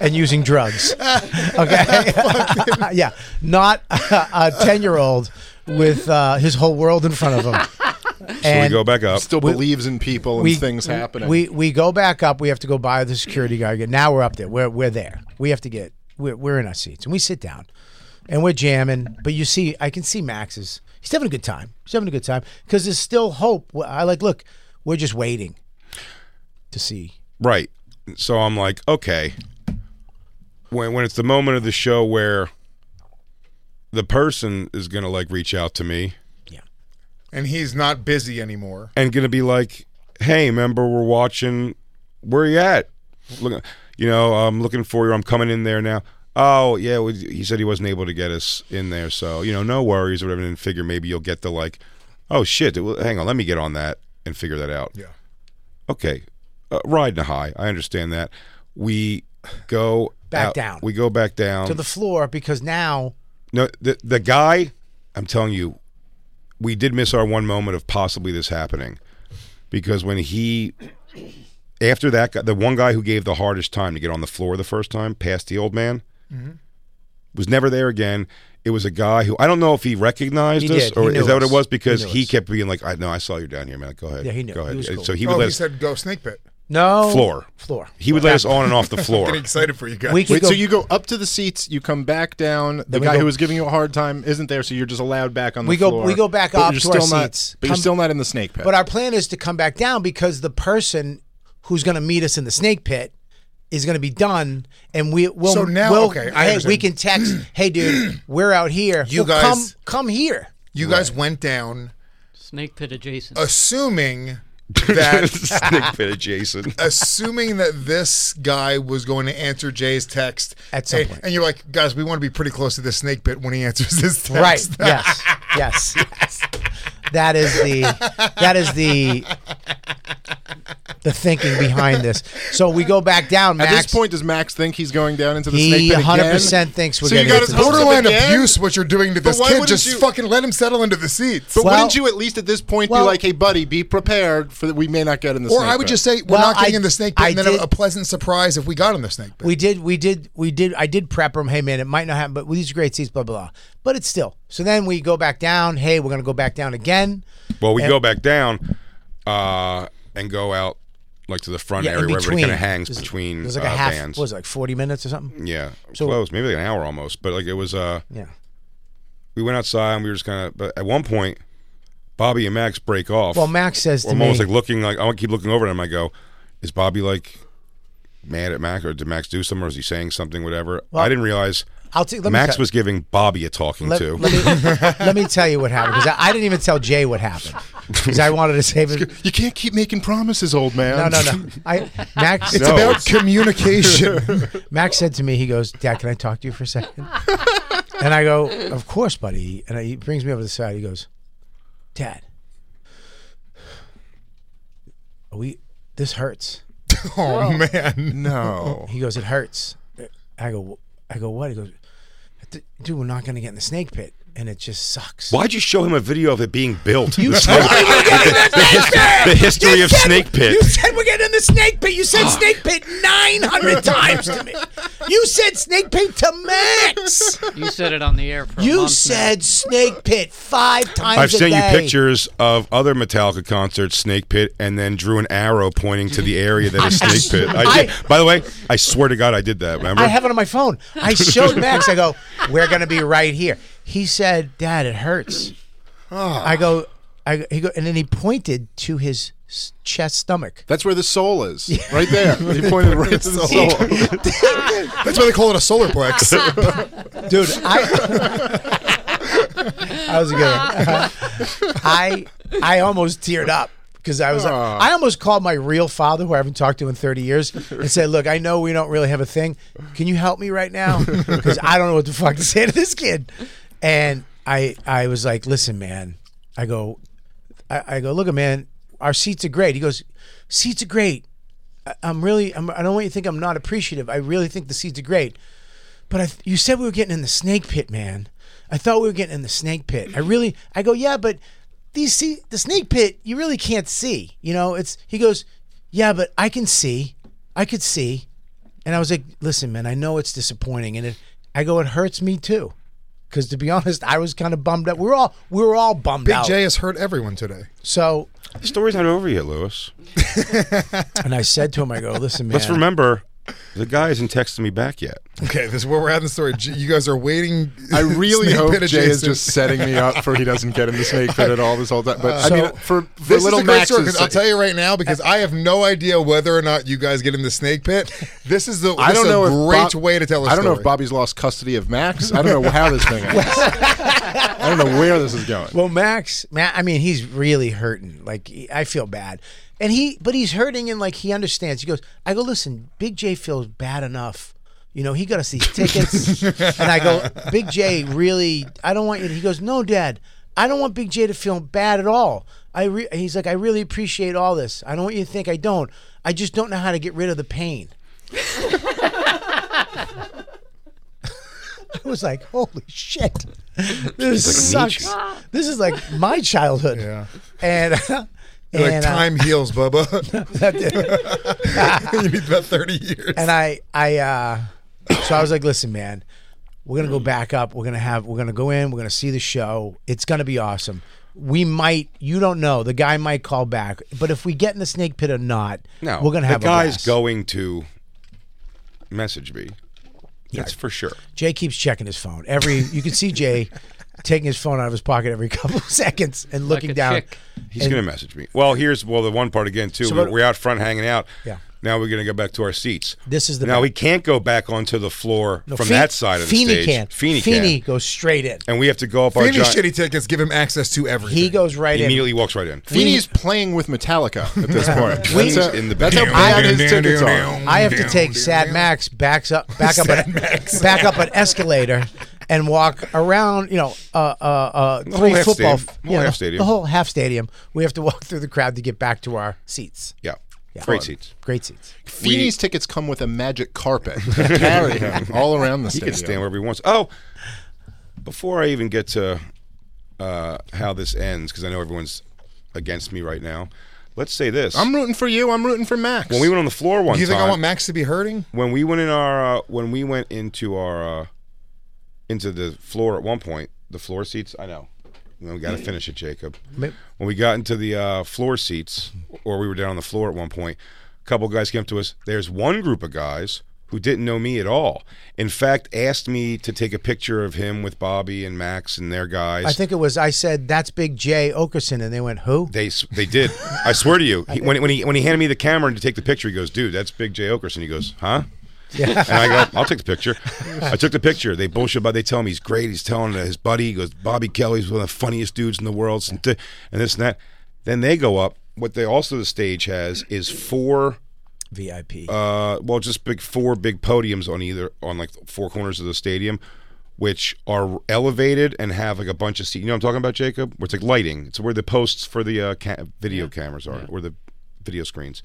S1: [LAUGHS] and using drugs. Okay. [LAUGHS] yeah. Not a 10 year old with uh, his whole world in front of him. And
S8: Still
S1: we-
S8: believes in people and things happening.
S1: We we go back up. We have to go by the security guard again. Now we're up there. We're we're there. We have to get. We're we're in our seats and we sit down, and we're jamming. But you see, I can see Max is he's having a good time. He's having a good time because there's still hope. Well, I like look. We're just waiting to see.
S2: Right. So I'm like, okay. When when it's the moment of the show where the person is gonna like reach out to me
S7: And he's not busy anymore.
S2: and gonna be like, hey, remember we're watching. Where you at? Look, you know, I'm looking for you. I'm coming in there now. Oh yeah, we, he said he wasn't able to get us in there, so you know, no worries or whatever. And figure maybe you'll get the like, oh shit, it will- hang on, let me get on that and figure that out. Yeah. Okay, uh, riding a high. I understand that. We go
S1: Back
S2: out-
S1: down.
S2: We go back down
S1: to the floor because now
S2: no, the the guy, I'm telling you, we did miss our one moment of possibly this happening, because when he, after that, guy, the one guy who gave the hardest time to get on the floor the first time, past the old man,
S7: Mm-hmm.
S2: was never there again. It was a guy who I don't know if he recognized
S7: He
S2: us
S7: did.
S2: or
S7: He
S2: is
S7: knew
S2: that what it
S7: us.
S2: was? Because
S7: He knew
S2: he,
S7: us.
S2: kept being like, "I know, I saw you down here, man. Go ahead,
S7: Yeah, he knew.
S2: Go ahead."
S7: He was cool.
S2: So he would
S7: oh,
S2: let
S7: he
S2: us
S7: said oh, go snake pit.
S1: No.
S2: floor,
S1: Floor.
S2: He would let us on and off
S7: [LAUGHS]
S2: the floor.
S7: Getting excited for you guys.
S8: Wait, so you go up to the seats, you come back down. The
S7: Then we
S8: guy
S7: go-
S8: who was giving you a hard time isn't there, so you're just allowed back on the
S1: We go-
S8: floor.
S1: we go back
S8: But
S1: up
S8: you're
S1: to our
S8: still not-
S1: seats.
S8: But you're
S1: Come-
S8: still not in the snake pit.
S1: But our plan is to come back down because the person who's going to meet us in the snake pit is going to be done, and we will.
S7: So now-
S1: we'll,
S7: okay, I
S1: hey, we
S7: understand.
S1: can
S7: [CLEARS THROAT]
S1: text. hey, dude, we're out here.
S7: You
S1: Well,
S7: guys-
S1: come, come here.
S7: You guys went down,
S6: Snake pit adjacent.
S8: [LAUGHS]
S7: assuming that
S2: snake pit adjacent.
S7: assuming that this guy was going to answer Jay's text
S1: At some
S7: and,
S1: point.
S7: and you're like, guys, we want to be pretty close to this snake pit when he answers this text. [LAUGHS]
S1: Right. Yes. yes. Yes. That is the that is the the thinking behind this. So we go back down,
S8: At
S1: Max.
S8: this point, does Max think he's going down into the
S1: He
S8: snake pit again?
S1: 100% thinks we're
S8: So
S7: you
S8: you
S7: got
S8: got
S7: it's borderline abuse what you're doing to
S8: But
S7: this
S8: why
S7: kid.
S8: wouldn't
S7: Just
S8: you-
S7: fucking let him settle into the seats.
S8: But wouldn't you at least at this point
S7: well-
S8: be like, "Hey, buddy, be prepared for that. We may not get in the."
S7: or
S8: snake
S7: I would
S8: pit."
S7: just say we're
S1: Well,
S7: not getting
S1: I-
S7: in the snake pit,
S1: I
S7: and then a-
S1: did-
S7: a pleasant surprise if we got in the snake pit.
S1: We did, we did, we did. I did prep them. Hey, man, it might not happen, but these are great seats, blah blah blah. But it's still. So then we go back down. Hey, we're gonna go back down again.
S2: Well, we
S1: And-
S2: go back down uh, and go out like to the front
S1: Yeah, in
S2: area where everybody
S1: between.
S2: kind of hangs
S1: There's-
S2: between
S1: There's like a
S2: uh,
S1: half.
S2: bands.
S1: What was it, like forty minutes or something?
S2: yeah,
S1: So-
S2: close, maybe like an hour almost. But like it was. Uh,
S1: Yeah.
S2: We went outside and we were just kind of. But at one point, Bobby and Max break off.
S1: Well, Max says to
S2: I'm almost
S1: me-
S2: like looking like I keep looking over at him. I go, is Bobby like mad at Max or did Max do something or is he saying something? Whatever.
S1: Well,
S2: I didn't realize.
S1: I'll t- let me
S2: Max
S1: tell-
S2: was giving Bobby a talking
S1: Let,
S2: to.
S1: let
S2: [LAUGHS]
S1: me, let me tell you what happened because I, I didn't even tell Jay what happened because I wanted to save it.
S8: You can't keep making promises, old man.
S1: No, no, [LAUGHS]
S2: [LAUGHS]
S1: no. I Max.
S8: It's No, about it's-
S7: communication.
S1: Max said to me, he goes, "Dad, can I talk to you for a second? And I go, "Of course, buddy." And he brings me over to the side. He goes, "Dad, are we? This hurts."
S7: Oh, man.
S8: No.
S1: He goes, "It hurts." I go, "I go what?" He goes, "Dude, we're not gonna get in the snake pit, and it just sucks."
S2: Why'd you show him a video of it being built? [LAUGHS]
S1: You
S2: The
S1: said
S2: snake-
S1: we [LAUGHS] were getting
S2: the-
S1: in the
S2: the
S1: snake
S2: his-
S1: pit!
S2: the history
S1: You
S2: of
S1: said-
S2: snake pit.
S1: You said we're getting in the snake pit. You
S2: [GASPS]
S1: said snake pit 900 times to me. You said snake pit to Max.
S6: You said it on the air for a
S1: You
S6: month
S1: said snake pit five times
S2: I've
S1: a
S2: sent you
S1: day.
S2: pictures of other Metallica concerts, Snake Pit, and then drew an arrow pointing to the area that is
S1: [LAUGHS]
S2: Snake Pit. I did, by the way, I swear to God, I did that. Remember?
S1: I have it on my phone.
S2: [LAUGHS]
S1: I showed Max. I go, we're going to be right here. He said, Dad, it
S2: [SIGHS]
S1: hurts. I go, I, go- he go, and then he pointed to his s- chest stomach.
S8: That's where the soul
S7: [LAUGHS]
S8: is, right there. He pointed right to the soul.
S7: That's why they call it a solar plex.
S1: [LAUGHS] Dude, I. I was good. one. I I almost teared up because I was
S8: Aw.
S1: I almost called my real father, who I haven't talked to in 30 years, and said, "Look, I know we don't really have a thing. Can you help me right now? Because I don't know what the fuck to say to this kid." And I I was like, "Listen, man," I go, I, I go, "Look, man, our seats are great." He goes, "Seats are great." I- I'm really, I'm, I don't want you to think I'm not appreciative. I really think the seeds are great. But I, th- you said we were getting in the snake pit, man. I thought we were getting in the snake pit. I really, I go, yeah, but these see the snake pit, you really can't see. You know, it's, he goes, yeah, but I can see. I could see. And I was like, listen, man, I know it's disappointing. And it, I go, it hurts me too. Cause to be [LAUGHS] honest, I was kind of bummed out. We were all, we were all bummed
S7: Big
S1: out.
S7: J has hurt everyone today.
S1: So
S2: the story's not over yet, Lewis.
S1: and I said to him,
S2: [LAUGHS]
S1: I go, listen, man.
S2: Let's remember, the guy hasn't texted me back yet.
S7: Okay, this is where we're at in the story. J- You guys are waiting.
S8: I [LAUGHS] really
S7: Snake
S8: hope
S7: pit
S8: Jay is
S7: adjacent.
S8: just [LAUGHS] setting me up for he doesn't get in the snake pit at all this whole time. But I mean, for, for
S7: this
S8: little
S7: is a great
S8: Max's
S7: story, 'cause I'll
S8: sake-
S7: tell you right now because I have no idea whether or not you guys get in the snake pit. This is the.
S8: I
S7: this
S8: don't
S7: is
S8: know
S7: a
S8: if
S7: great
S8: Bob-
S7: way to tell a
S8: I don't know if
S7: story.
S8: Bobby's lost custody of Max. I don't know how this thing ends. I don't know where this is going.
S1: Well, Max, Ma I mean, he's really hurting. Like, he- I feel bad, and he, but he's hurting, and like he understands. He goes, I go, listen, Big J feels bad enough. You know, he got us these
S2: [LAUGHS]
S1: tickets, and I go, Big J, really, I don't want you. to-" He goes, No, Dad, I don't want Big J to feel bad at all. I, re-, he's like, I really appreciate all this. I don't want you to think I don't. I just don't know how to get rid of the pain. I was like, holy shit. This
S7: It's like
S1: sucks. This is like my childhood. Yeah. And,
S7: You're like
S1: and, uh,
S7: time heals,
S8: [LAUGHS]
S7: Bubba.
S1: [LAUGHS] that did.
S7: [LAUGHS] you need about thirty years.
S1: and I, I, uh, so I was like, listen, man, we're gonna go back up. We're gonna have, we're gonna go in. We're gonna see the show. It's gonna be awesome. We might, you don't know, the guy might call back, but if we get in the snake pit or not,
S2: No,
S1: we're gonna have
S2: the guy's
S1: a blast.
S2: going to message me. That's for sure.
S1: Jay keeps checking his phone. Every you can see Jay taking his phone out of his pocket every couple of seconds and looking down.
S2: He's
S1: And-
S2: going to message me. Well, here's well the one part again too.
S1: So
S2: we're,
S1: what-
S2: we're out front hanging out.
S1: Yeah.
S2: Now we're going to go back to our seats.
S1: This is the
S2: now
S1: back.
S2: we can't go back onto the floor
S1: No,
S2: from
S1: Fe-
S2: that side of the
S1: Feeney
S2: stage.
S1: can.
S2: Feeney
S1: Feeney
S2: can.
S1: goes straight in.
S2: And we have to go up
S7: Feeney's
S2: our giant.
S7: shitty tickets give him access to everything.
S1: He goes right
S2: He
S1: in.
S2: immediately walks right in.
S8: Feeney's playing with Metallica at
S2: [LAUGHS]
S8: this point.
S2: We-
S8: that's how,
S2: in the
S8: that's how
S2: back.
S8: bad his
S2: Down, down,
S8: tickets
S2: down,
S8: are.
S1: I have to take Sad Max backs up
S2: [LAUGHS]
S1: back up
S8: Sad
S1: an, back up an escalator and walk around. You know, uh, uh, uh,
S2: The whole
S1: three
S2: half
S1: football.
S2: stadium.
S1: f-
S2: Whole
S1: you know,
S2: half stadium.
S1: The whole half stadium. We have to walk through the crowd to get back to our seats.
S2: Yeah.
S1: Yeah.
S2: Great
S1: Fun.
S2: seats.
S1: Great seats.
S8: Feeney's tickets come with a magic carpet to [LAUGHS] carry him all around the
S2: He
S8: stadium.
S2: can stand wherever he wants. Oh, before I even get to uh, how this ends, because I know everyone's against me right now. Let's say this.
S8: I'm rooting for you. I'm rooting for Max.
S2: when we went on the floor one
S7: Do you think
S2: time-
S7: I want Max to be hurting?
S1: Mm-hmm.
S2: when we went in our uh, when we went into our uh, into the floor at one point the floor seats i know You know, we got
S1: Mm-hmm.
S2: to finish it jacob
S1: Ma-
S2: when we got into the uh, floor seats or we were down on the floor at one point a couple guys came up to us there's one group of guys who didn't know me at all in fact asked me to take a picture of him with bobby and max and their guys
S1: I think it was. I said that's Big J Okerson, and they went, "Who?"
S2: they s- they did. I swear to you. He, when when he when he handed me the camera to take the picture, he goes, "Dude, that's Big Jay Okerson." He goes, "Huh?"
S1: Yeah.
S2: And I go, "I'll take the picture." I took the picture. They bullshit, but they tell him he's great. He's telling his buddy. He goes, "Bobby Kelly's one of the funniest dudes in the world," and, th- and this and that. Then they go up. What they also the stage has is four
S1: VIP.
S2: uh, well, just big four big podiums on either on like four corners of the stadium, which are elevated and have like a bunch of seats. You know what I'm talking about, Jacob? Where it's like lighting. It's where the posts for the uh, ca- video cameras are, or the video screens.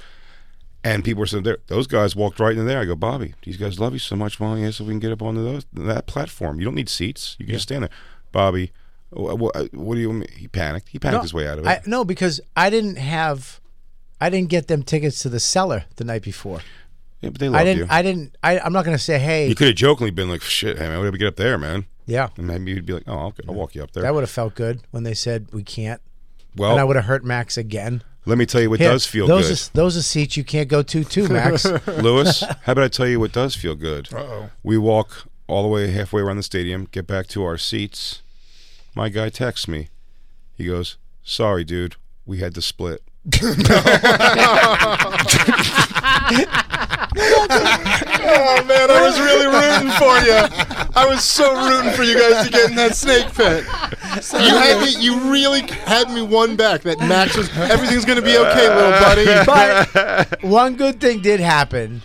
S2: And people were sitting there. Those guys walked right in there. I go, Bobby, these guys love you so much. Why don't you ask if we can get up onto those that platform? You don't need seats. You can just stand there. Bobby, wh- wh- what do you mean? He panicked. He panicked
S1: No,
S2: his way out of it.
S1: I, no, because I didn't have, I didn't get them tickets to the cellar the night before.
S2: yeah, but they love
S1: I didn't.
S2: you.
S1: I didn't. I, I'm not going to say, "Hey."
S2: You could have jokingly been like, "Shit, hey man, what did we get up there, man?" [LAUGHS]
S1: Yeah.
S2: and maybe you'd be like, "Oh, I'll, I'll walk you up there."
S1: That would have felt good when they said we can't.
S2: Well-
S1: and I would have hurt Max again.
S2: Let me tell you what
S1: Here,
S2: Oh. does feel
S1: those [LAUGHS]
S2: good,
S1: Are, those are seats you can't go to, too,
S2: [LAUGHS]
S1: Max.
S2: Lewis. How about I tell you what does feel good?
S7: Uh-oh.
S2: We walk all the way halfway around the stadium, get back to our seats. My guy texts me. He goes, "Sorry, dude, we had to split."
S8: [LAUGHS] Oh man, I was really rooting for you. I was so rooting for you guys to get in that snake pit. You had me. You really had me one back. That Max was. Everything's gonna be okay, little [LAUGHS] buddy.
S1: But one good thing did happen.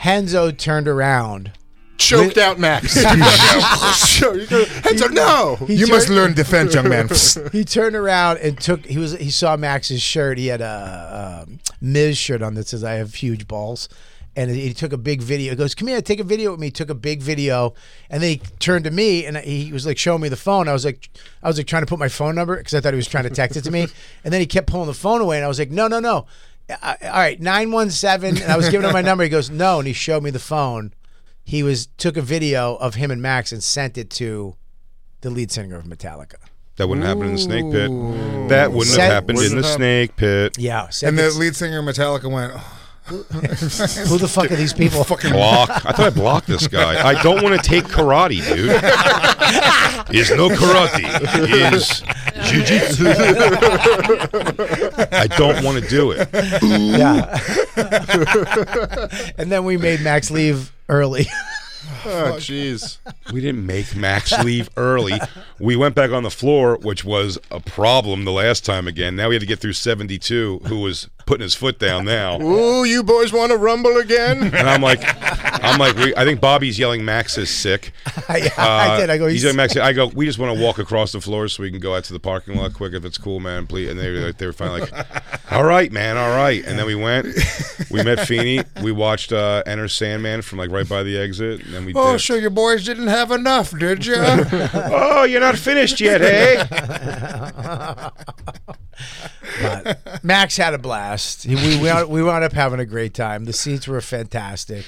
S1: Henzo turned around.
S8: Choked out [LAUGHS] Max. sure, you go, Henzo, no.
S1: He
S7: you must
S1: turned-
S7: learn defense, young man.
S1: he turned around and took. He was. He saw Max's shirt. He had a, um Miz shirt on that says "I have huge balls," and he took a big video. He goes, "Come here, take a video with me." He took a big video, and then he turned to me and he was like showing me the phone. I was like, I was like trying to put my phone number because I thought he was trying to text it to me, and then he kept pulling the phone away, and I was like, "No, no, no." I, all right, nine one seven, and I was giving him my number. He goes, "No," and he showed me the phone. He was took a video of him and Max and sent it to the lead singer of Metallica.
S2: That wouldn't happen in the snake pit. That wouldn't
S1: Send-
S2: have happened in
S1: wouldn't
S2: the
S1: have-
S2: snake pit.
S1: Yeah,
S7: and
S1: send
S7: the
S1: it-
S7: lead singer of Metallica went. [LAUGHS]
S1: Who the fuck are these people?
S7: Fucking
S2: Block. I thought I blocked this guy. I don't want to take karate, dude. Is no karate. Is jujitsu. I don't want to do it.
S1: Yeah. [LAUGHS] and then we made Max leave early. [LAUGHS]
S8: Oh, jeez.
S2: We didn't make Max leave early. We went back on the floor, which was a problem the last time again. Now we had to get through 72, who was putting his foot down now.
S8: Ooh, you boys want to
S2: [LAUGHS]
S8: rumble again?
S2: And I'm like, I'm like, we, I think Bobby's yelling, Max is sick.
S1: Yeah, I did. I go,
S2: he's
S1: "He's
S2: yelling, Uh, Max. is-" I go, we just want to walk across the floor so we can go out to the parking lot quick if it's cool, man. Please. And they were like, they were finally like, all right, man, all right. And then we went, we met Feeney. We watched uh, Enter Sandman from like right by the exit. And then we
S7: Oh,
S2: did-
S7: sure, your boys didn't have enough, did you?
S2: oh, you're not finished yet,
S1: eh? But [LAUGHS] Max had a blast. He- We, we wound- we wound up having a great time. The seats were fantastic,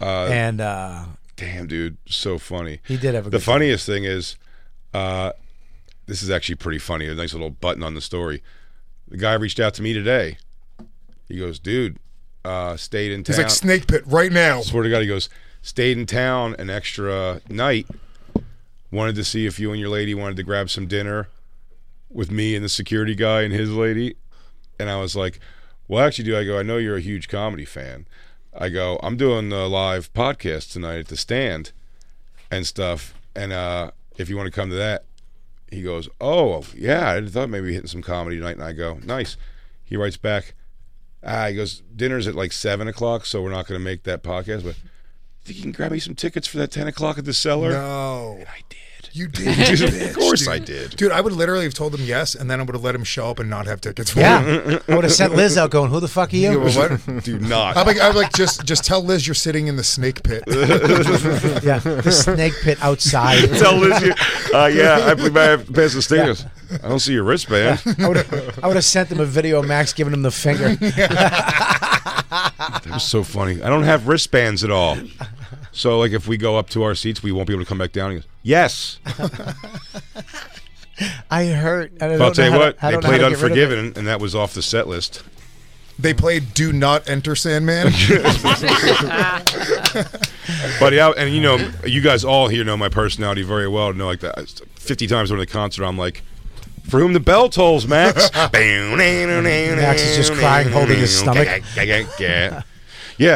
S2: Uh,
S1: and uh,
S2: damn, dude, so funny.
S1: He did have a
S2: the
S1: good time.
S2: funniest thing is, uh, this is actually pretty funny. A nice little button on the story. The guy reached out to me today. He goes, dude, uh, stayed in town.
S7: He's like snake pit right now.
S2: Swear to God, he goes, stayed in town an extra night. Wanted to see if you and your lady wanted to grab some dinner with me and the security guy and his lady. And I was like, well, actually, do I go, I know you're a huge comedy fan. I go, I'm doing a live podcast tonight at the stand and stuff. And uh, if you want to come to that, he goes, Oh, yeah, I thought maybe hitting some comedy tonight. And I go, Nice. He writes back, Ah, he goes, Dinner's at like seven o'clock, so we're not going to make that podcast. But think you can grab me some tickets for that 10 o'clock at the cellar?
S7: No. I
S2: did.
S7: You did.
S2: Dude, [LAUGHS] of
S7: bitch,
S2: course
S7: dude.
S2: I did.
S7: Dude, I would literally have told him yes, and then I would have let him show up and not have tickets. for
S1: yeah,
S7: him.
S1: I would have sent Liz out going, "Who the fuck are
S7: [LAUGHS]
S1: you?"
S7: You were what?
S2: Do not.
S7: I'm like, I'm like, just, just tell Liz you're sitting in the
S2: [LAUGHS]
S7: snake pit.
S1: [LAUGHS] yeah, the snake pit outside.
S2: [LAUGHS] Tell Liz, you, uh,
S1: [LAUGHS]
S2: yeah, I believe I have passed the stage. I don't see your wristband.
S1: I would I would have sent them a video of Max giving him the finger.
S2: That was so funny. I don't have wristbands at all. So, like, if we go up to our seats, we won't be able to come back down. He goes, Yes.
S1: I hurt. and I don't
S2: But
S1: know how
S2: I'll tell you
S1: to-
S2: what,
S1: I
S2: they
S1: don't know how to
S2: played
S1: get rid of it.
S2: Unforgiven, and that was off the set list.
S7: They played "Do Not Enter Sandman."
S2: [LAUGHS] But yeah, and you know, you guys all here know my personality very well. Know like that. Fifty times during the concert, I'm like, "For whom the bell tolls, [LAUGHS] Max." Max
S1: is just crying, holding his stomach.
S2: yeah,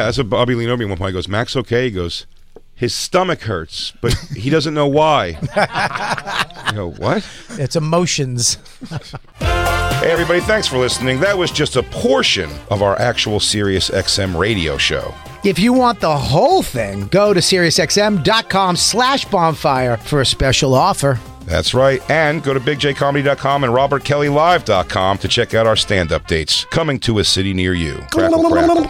S2: that's what Bobby leaned over me at one point. He goes, "Max, okay?" He goes, "His stomach hurts, but he doesn't know
S1: [LAUGHS]
S2: why." I go, "What?"
S1: It's emotions.
S2: Hey, everybody, thanks for listening. That was just a portion of our actual Sirius XM radio show.
S1: If you want the whole thing, go to SiriusXM.com slash bonfire for a special offer.
S2: That's right. And go to bigjcomedy.com and robertkellylive.com to check out our stand updates coming to a city near you. Crackle, crackle.